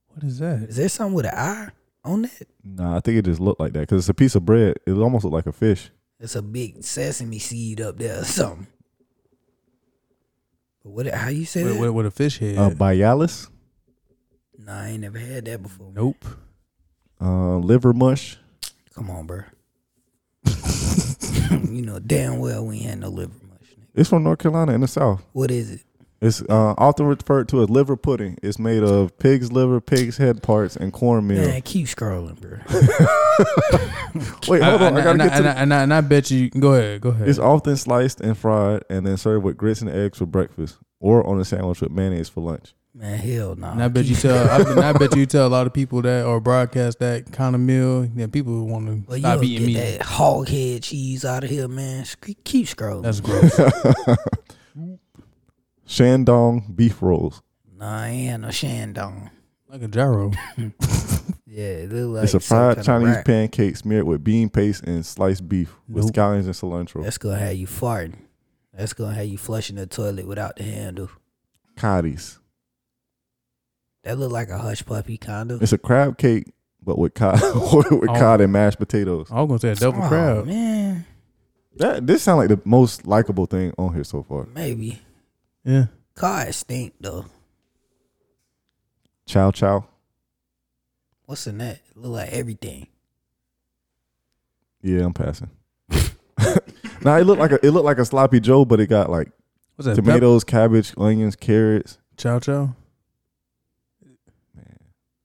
What is that? Is there something with an eye on it? Nah, I think it just looked like that because it's a piece of bread. It almost looked like a fish. It's a big sesame seed up there or something. But what? How you say With, that? with, with a fish head? Uh, Bialis, Nah, I ain't never had that before. nope. uh, liver mush. Come on, bro. you know damn well we ain't had no liver much. Nigga. It's from North Carolina in the South. What is it? It's uh, often referred to as liver pudding. It's made of pig's liver, pig's head parts, and cornmeal. Man, keep scrolling, bro. Wait, hold on. And- I gotta and- get to and- the- and- and I bet you. Go ahead. Go ahead. It's often sliced and fried and then served with grits and eggs for breakfast or on a sandwich with mayonnaise for lunch. Man, hell no. And I bet you tell. I, and I bet you tell a lot of people that or broadcast that kind of meal. Then people want to Well, you stop don't eating get meat. that hog head cheese out of here, man. Sc- Keep scrolling. That's gross. Shandong beef rolls. nah, I ain't had no shandong. like a gyro. Yeah, it look like it's some a fried kinda Chinese rack. pancake smeared with bean paste and sliced beef with Nope. scallions and cilantro. That's gonna have you farting. That's gonna have you flushing the toilet without the handle. Coddies. That look like a hush puppy kind of. It's a crab cake, but with cod, with cod and mashed potatoes. I was gonna say a double Oh, crab. man, That this sounds like the most likable thing on here so far. maybe. Yeah. Cars stink though. Chow chow. What's in that? It look like everything. Yeah, I'm passing. Now it looked like a it looked like a sloppy Joe, but it got like What's that? Tomato. tomatoes, cabbage, onions, carrots. Chow chow.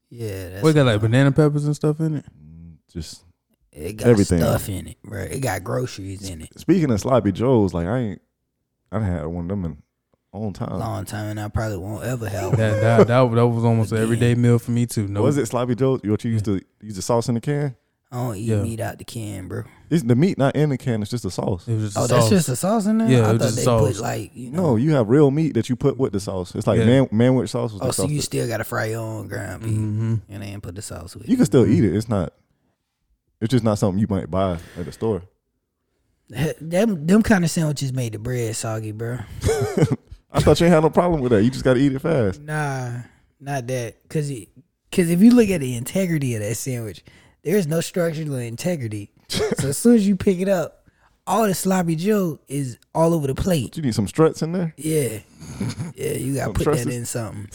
Yeah, that's What it got like banana peppers and stuff in it? Mm, Just it got everything. stuff in it, bro. It got groceries in it. speaking of sloppy Joes, like I ain't, I done had one of them in a long time. Long time, and I probably won't ever have one. Oh. That that that, that was almost an everyday meal for me too. No, Was it sloppy Joes? What you used to use the sauce in the can? I don't eat Yeah. meat out the can, bro. It's the meat not in the can. It's just the sauce. It was just Oh, a that's sauce. just the sauce in there. Yeah, it I was thought just they sauce. put like you know. No, you have real meat that you put with the sauce. It's like Yeah. man, manwich sauce. Was the oh, so sauce you that- still gotta fry your own ground beef, Mhm. and then put the sauce with. you it. can still eat it. It's not. It's just not something you might buy at the store. them them kind of sandwiches made the bread soggy, bro. I thought you ain't had no problem with that. You just got to eat it fast. Nah, not that. Cause it, cause if you look at the integrity of that sandwich, there is no structural integrity. so as soon as you pick it up, all the sloppy Joe is all over the plate. You need some struts in there. Yeah, yeah, you gotta Some put trusses. that in something.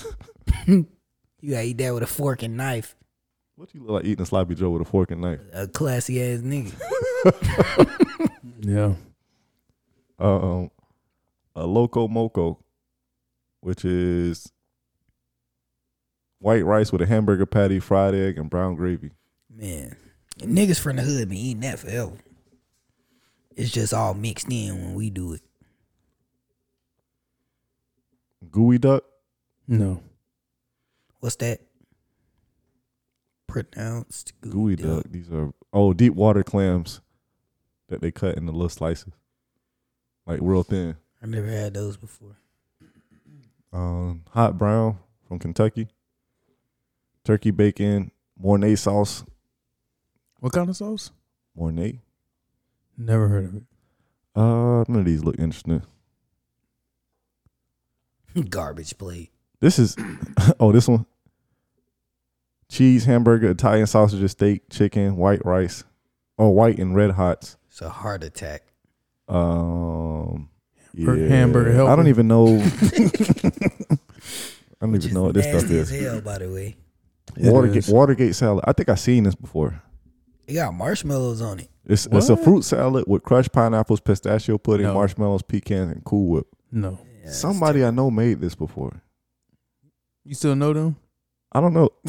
you gotta eat that with a fork and knife. What you look like eating a sloppy Joe with a fork and knife? A classy ass nigga. yeah. Um, a loco moco, which is white rice with a hamburger patty, fried egg, and brown gravy. Man, niggas from the hood been eating that forever. It's just all mixed in when we do it. Gooey duck. No. What's that? Pronounced Gooey duck. These are oh deep water clams that they cut into little slices, like real thin. I never had those before. um, hot brown from Kentucky, turkey bacon, Mornay sauce, What kind of sauce? Mornay. Never heard of it. Uh, none of these look interesting. Garbage plate. This is oh this one, cheese hamburger, Italian sausages, steak, chicken, white rice, oh white and red hots. It's a heart attack. Um, yeah. Hamburger- hamburger I don't helper. even even know. I don't even know what this stuff nasty is. as hell, by the way. It Watergate, is. Watergate salad. I think I've seen this before. It got marshmallows on it. It's it's a fruit salad with crushed pineapples, pistachio pudding, No. marshmallows, pecans, and Cool Whip. No. Somebody I know made this before. You still know them? I don't know.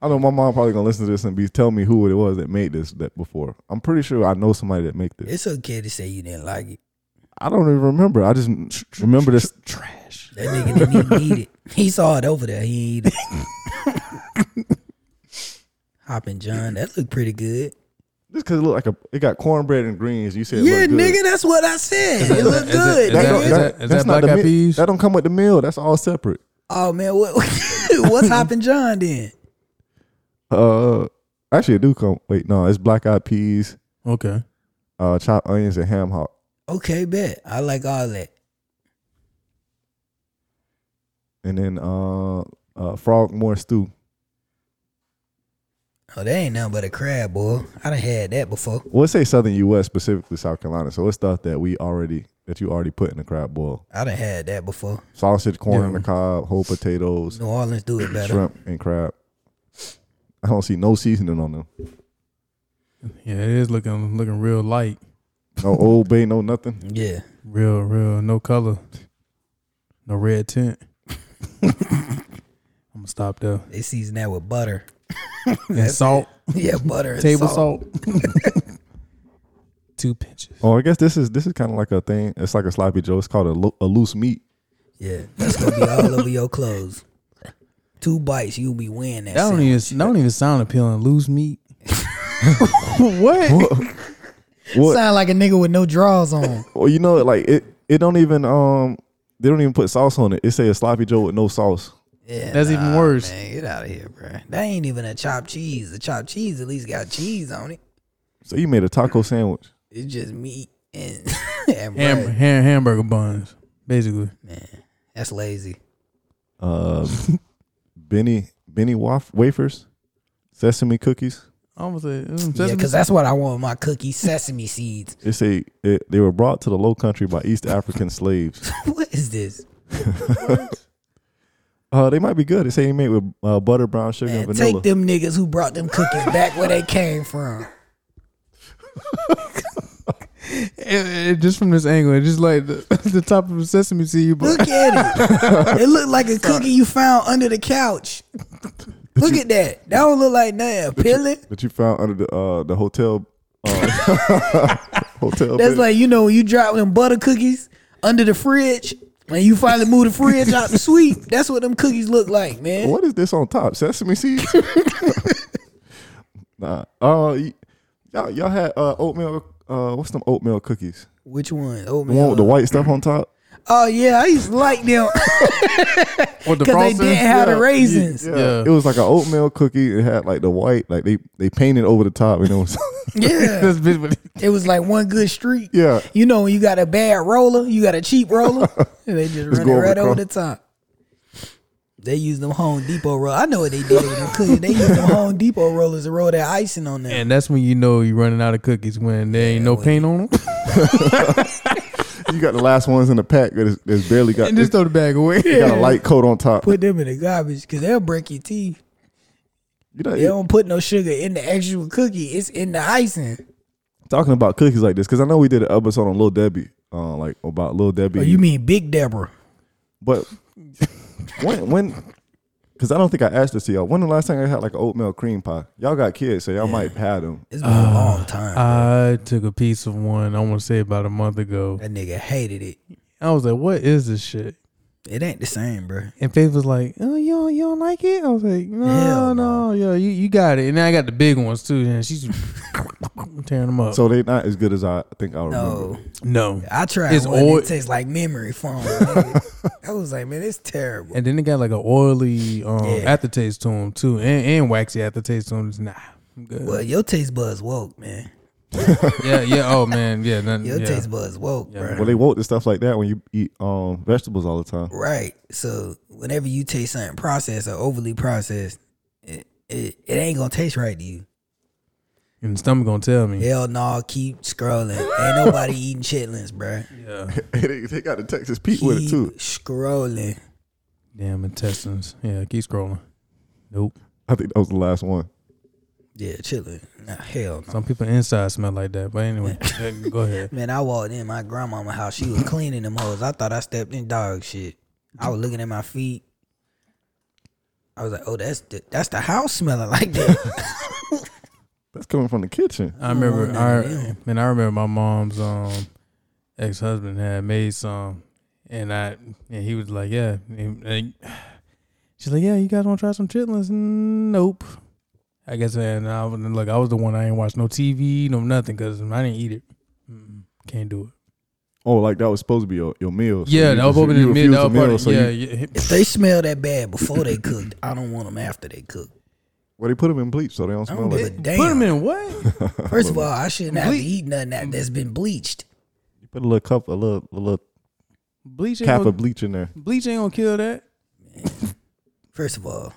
I know my mom probably gonna listen to this and be tell me who it was that made this that before. I'm pretty sure I know somebody that make this. It's okay to say you didn't like it. I don't even remember. I just m- remember this. Trash. That nigga didn't even eat it. He saw it over there. He ain't eat it. Hoppin' John, that looked pretty good. This cause it looked like a. It got cornbread and greens. You said it yeah, looked good. nigga, that's what I said. It looked is it- good. is That that- don't- nigga. is that- is that's that not the black eyed mi- peas? That don't come with the meal. That's all separate. oh man, what what's Hoppin' John then? Uh, actually, it do come. Wait, no, it's black eyed peas, Okay. uh, chopped onions, and ham hock. Okay, bet. I like all that. and then uh, uh frogmore stew. Oh, that ain't nothing but a crab, boy. I done had that before. Well, it say Southern U.S. specifically South Carolina, so it's stuff that we already that you already put in the crab boil: I done had that before. sausage, corn on Yeah. the cob, whole potatoes, New Orleans do it better. shrimp, and crab. I don't see no seasoning on them. Yeah, it is looking looking real light. No Old Bay, no nothing. Yeah. Real, real, no color. No red tint. I'm gonna stop there. They season that with butter. And salt. yeah, butter. and Table salt. Two pinches. Oh, I guess this is this is kind of like a thing. It's like a sloppy Joe. It's called a, lo- a loose meat. Yeah, that's gonna be all over your clothes. Two bites, you'll be wearing that. That don't sandwich. even that don't even sound appealing. Loose meat. what? what? Sound like a nigga with no draws on. Well, you know, like it. It don't even um. They don't even put sauce on it. It say a sloppy Joe with no sauce. Yeah, That's even nah, worse. Man, get out of here, bro. That ain't even a chopped cheese. The chopped cheese at least got cheese on it. So you made a taco sandwich. It's just meat and and Ham, bread. ham, hamburger buns, basically. That's lazy. uh, Benny Benny waf- wafers, sesame cookies. I almost said mm, Yeah, sesame- because that's what I want in my cookie sesame seeds. It's a it, they were brought to the Low Country by East African slaves. what is this? Uh, they might be good. They say they made with uh, butter, brown sugar, Man, and take vanilla. them niggas who brought them cookies back where they came from. It- it- just from this angle, it's just like the, the top of a sesame seed. But Look at it. It looked like a cookie you found under the couch. Look at that. That don't look like nothing appealing. that you found under the uh, the hotel uh, hotel. That's bed. like you know when you drop them butter cookies under the fridge and you finally move the fridge out the sweet. That's what them cookies look like, man. what is this on top? Sesame seeds? nah. Uh, y- y'all y'all had uh, oatmeal. Uh, what's them oatmeal cookies? Which one? The one with the Oatmeal. white stuff on top. Oh yeah, I used to like them with the because they frosting, didn't have the raisins. Yeah. Yeah, Yeah. It was like an oatmeal cookie. It had like the white, like they they painted over the top, and it was this bitch with- it was like one good streak. yeah. You know, when you got a bad roller, you got a cheap roller, and they just run go it over right the over crumb. the top. They use them Home Depot roll. I know what they did with them cookies. They use them Home Depot rollers to roll that icing on them. and that's when you know you're running out of cookies when there ain't no paint on them. You got the last ones in the pack that is, that's barely got. and just throw the bag away. it got a light coat on top. put them in the garbage because they'll break your teeth. You know, They don't put no sugar in the actual cookie. It's in the icing. talking about cookies like this because I know we did an episode on Lil Debbie, uh, like about Lil Debbie. Oh, you mean Big Deborah? But when when because I don't think I asked this to y'all. When the last time I had like an oatmeal cream pie? Y'all got kids, so y'all might have them. It's been a long time. uh, I took a piece of one. I want to say about a month ago. that nigga hated it. I was like, "What is this shit?" It ain't the same, bro. And Faith was like, "Oh, you don't, you don't like it?" I was like, "No, Hell no. no, yo, you, you got it." And then I got the big ones too. And she's tearing them up. So they not as good as I think I No, remember. no. I tried It's one. oil- It tastes like memory foam. nigga. I was like, man, it's terrible. And then it got like an oily um, Yeah. aftertaste to them too, and, and waxy aftertaste to them. Nah, I'm good. Well, your taste buds woke, man. yeah, yeah. Oh man, yeah. None, Your yeah. taste buds woke, bro. Well, they woke to stuff like that when you eat um vegetables all the time. Right. So whenever you taste something processed or overly processed, it, it, it ain't gonna taste right to you. and the stomach gonna tell me. Hell no, keep scrolling. ain't nobody eating chitlins, bro. they, they got the Texas Pete Keep with it too. scrolling. Damn intestines. Yeah, keep scrolling. Nope. I think that was the last one. Yeah, chitlin. Nah, hell no. Some people inside smell like that, but anyway, go ahead. Man, I walked in my grandmama house. She was cleaning them hoes. I thought I stepped in dog shit. I was looking at my feet. I was like, "Oh, that's the that's the house smelling like that." That's coming from the kitchen. I remember, on down I there. man, I remember my mom's um ex husband had made some, and I and he was like, yeah, and- and- she's like, yeah, you guys want to try some chitlins? Nope. I guess and I was look, I was the one I ain't watched no TV, no nothing, cause I didn't eat it. Mm, can't do it. Oh, like that was supposed to be your, your meal. so yeah, you that was just- open you in the mid. refused That was part of- so yeah, you, yeah. if they smell that bad before they cooked, I don't want them after they cook. well, they put them in bleach so they don't I smell don't like give a it. damn. Put them in what? First of all, I shouldn't have to Ble- eat nothing that, that's been bleached. You put a little cup, a little, a little Bleach ain't cap gonna, of bleach in there. bleach ain't gonna kill that. First of all,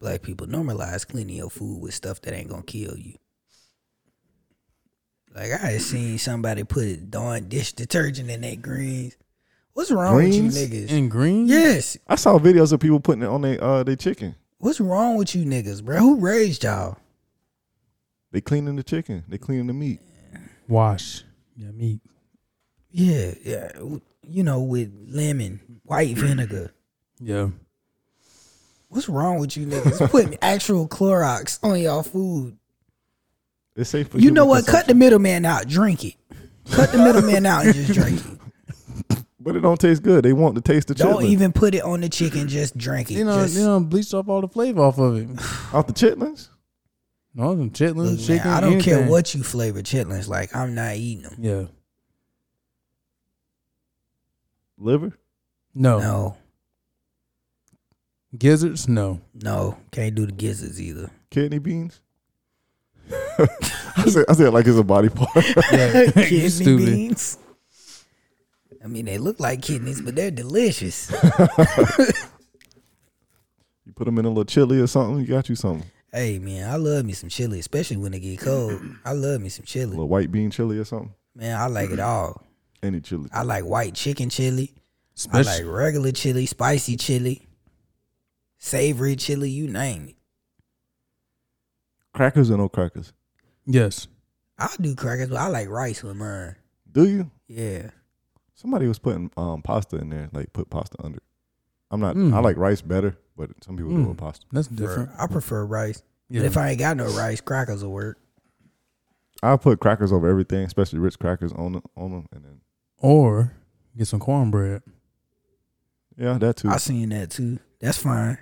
black people normalize cleaning your food with stuff that ain't gonna kill you. Like I had seen somebody put Dawn dish detergent in their greens. What's wrong Greens? with you niggas? And green. Yes. I saw videos of people putting it on their uh their chicken. What's wrong with you niggas, bro? Who raised y'all? They cleaning the chicken. They cleaning the meat. Wash your meat. Yeah, yeah. You know, with lemon, white vinegar. Yeah. What's wrong with you niggas? Putting actual Clorox on y'all food. It's safe for You human know what? Cut consumption. the middleman out. Drink it. Cut the middleman out and just drink it. But it don't taste good. They want to taste the Don't chitlin. even put it on the chicken. Just drink it. You know, Just- you know, bleached off all the flavor off of it. Out the chitlins? No, some Look, chitlins, man, chicken. I don't care anything. what you flavor chitlins. Like I'm not eating them. Yeah. Liver? No. No, Gizzards. No. no, can't do the gizzards either. Kidney beans? I said I said like it's a body part. Yeah. Kidney Stupid. beans. I mean, they look like kidneys, but they're delicious. you put them in a little chili or something, you got you something. hey man, I love me some chili, especially when it get cold. I love me some A chili. little white bean chili or something. Man, I like it all. Any chili. I like white chicken chili. I Especially, like regular chili, spicy chili, savory chili. You name it. Crackers or no crackers? yes. I'll do crackers, but I like rice with mine. Do you? Yeah. Somebody was putting um, pasta in there, like put pasta under. I'm not. Hmm. Mm. I like rice better, but some people do Mm. it with pasta. That's different. I prefer rice. Yeah. But if I ain't got no rice, crackers will work. I put crackers over everything, especially Ritz crackers on them, on them, and then or get some cornbread. yeah, that too. I I, seen that too. That's fine.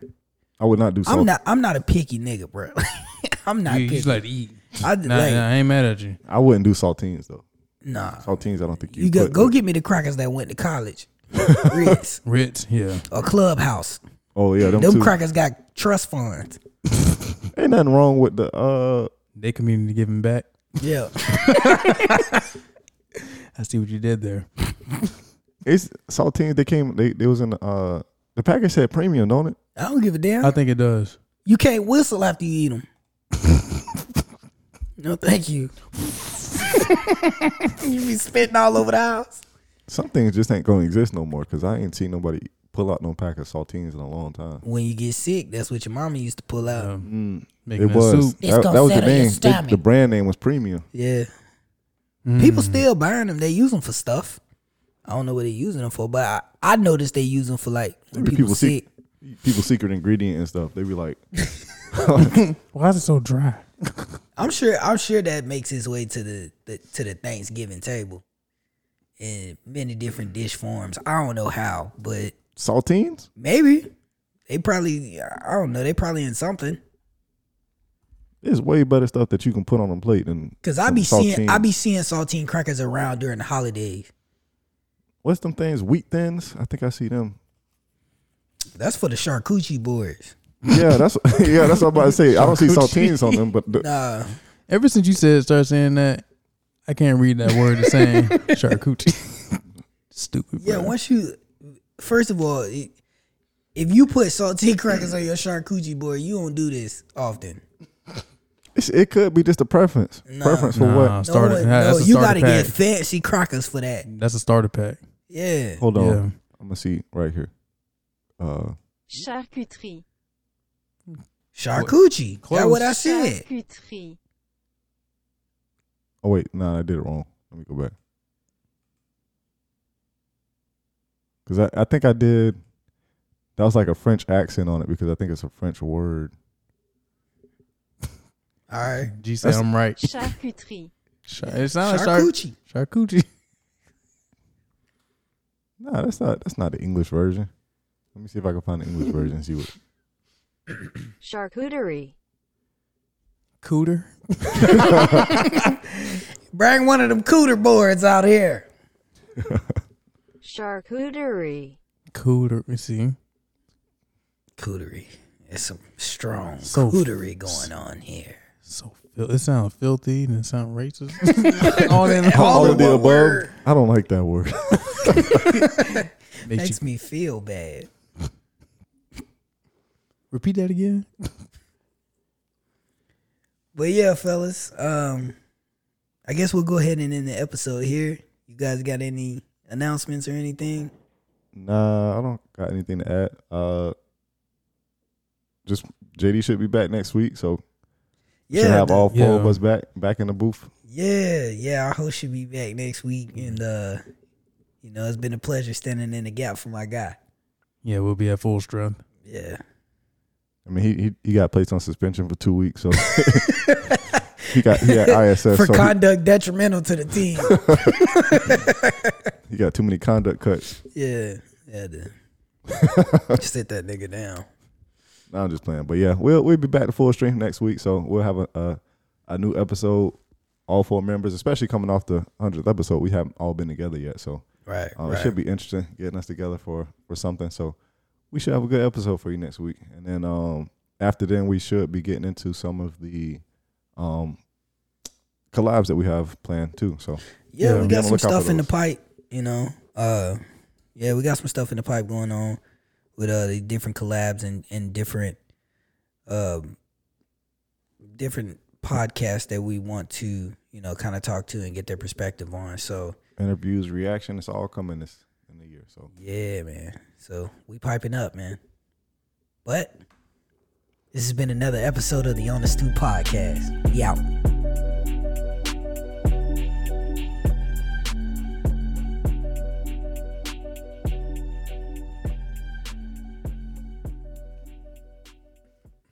would not do. I'm Salsa. not. I'm not a picky nigga, bro. I'm not You, you picky. just like to eat. I Nah, like, nah, I ain't mad at you. I wouldn't do saltines though. nah. Saltines, I don't think you. You go put, go but- get me the crackers that went to college, Ritz Ritz, yeah. or Clubhouse. Oh yeah, them, Them too. crackers got trust funds. Ain't nothing wrong with the uh. They community giving back. Yeah. I see what you did there. It's saltines. They came. They they was in the, uh. The package said premium, don't it? I don't give a damn. I think it does. You can't whistle after you eat them. no, thank you. you be spitting all over the house. Some things just ain't gonna exist no more because I ain't seen nobody pull out no pack of saltines in a long time. When you get sick, that's what your mama used to pull out. Making it that was. soup. That, gonna that settle was the your name. They- stomach. the brand name was premium. Yeah. Mm. People still buying them. They use them for stuff. I don't know what they using them for, but I, I noticed they use them for like when Maybe people, people sick. sick. People secret ingredient and stuff. They be like, Why is it so dry? I'm sure. I'm sure that makes its way to the, the to the Thanksgiving table in many different dish forms. I don't know how, but saltines. maybe they probably. I don't know. They probably in something. There's way better stuff that you can put on a plate than Cause I some be seeing I saltines. be seeing saltine crackers around during the holidays. What's them things? Wheat thins. I think I see them. That's for the charcuterie boards. Yeah, that's yeah, that's what I'm about to say. I don't see saltines on them, but the, Nah, Ever since you said start saying that, I can't read that word the same. Charcuterie. Stupid. yeah. bro. Once you, first of all, i- if you put saltine crackers on your charcuterie board, you don't do this often. it's, it could be just a preference. Preference for Nah, what? started, one- that's a you starter gotta pack. get fancy crackers for that. that's a starter pack. Yeah, Hold on, Yeah. I'm gonna see right here. Uh, Charcuterie. charcuterie. That's Close. what I said. Charcuterie. oh wait, nah, I did it wrong. Let me go back. Cause I, I think I did. That was like a French accent on it because I think it's a French word. All right, G said I'm right. Charcuterie. Char- It sounds like charcuterie. char- charcuterie. Nah, that's not that's not the English version. Let me see if I can find the English version. and See what Charcuterie. Cooter. Bring one of them cooter boards out here. Charcuterie. Cooter. Let me see. Cootery. It's some strong So- cootery going on here. So fil- it sounds filthy and it sounds racist. All that All all in of the one above. word. I don't like that word. makes you Makes me feel bad. repeat that again. But yeah, fellas, um, I guess we'll go ahead and end the episode here. You guys got any announcements or anything? Nah, I don't got anything to add. Uh, just JD should be back next week, so should Yeah, have all four of yeah. us back back in the booth. yeah, yeah. Our host should be back next week, and uh, you know, it's been a pleasure standing in the gap for my guy. Yeah, we'll be at full strength. Yeah, I mean, he he, he got placed on suspension for two weeks, so he got he got ISS. for so he- conduct detrimental to the team. he, got too many conduct cuts. yeah, yeah. To sit that nigga down. Nah, I'm just playing, but yeah, we'll we'll be back to full strength next week, so we'll have a a, a new episode. All four members, especially coming off the hundredth episode, we haven't all been together yet, so Right, uh, right. it should be interesting getting us together for for something. So we should have a good episode for you next week, and then um after then we should be getting into some of the um collabs that we have planned too. So yeah, Yeah, we be got on the some lookout for stuff in the those. pipe, you know. Uh yeah, we got some stuff in the pipe going on with uh the different collabs and, and different um different podcasts that we want to, you know, kind of talk to and get their perspective on. So interviews, reaction, it's all coming this in the year. So yeah, man. So we piping up, man. But this has been another episode of the On the Stew Podcast. We out.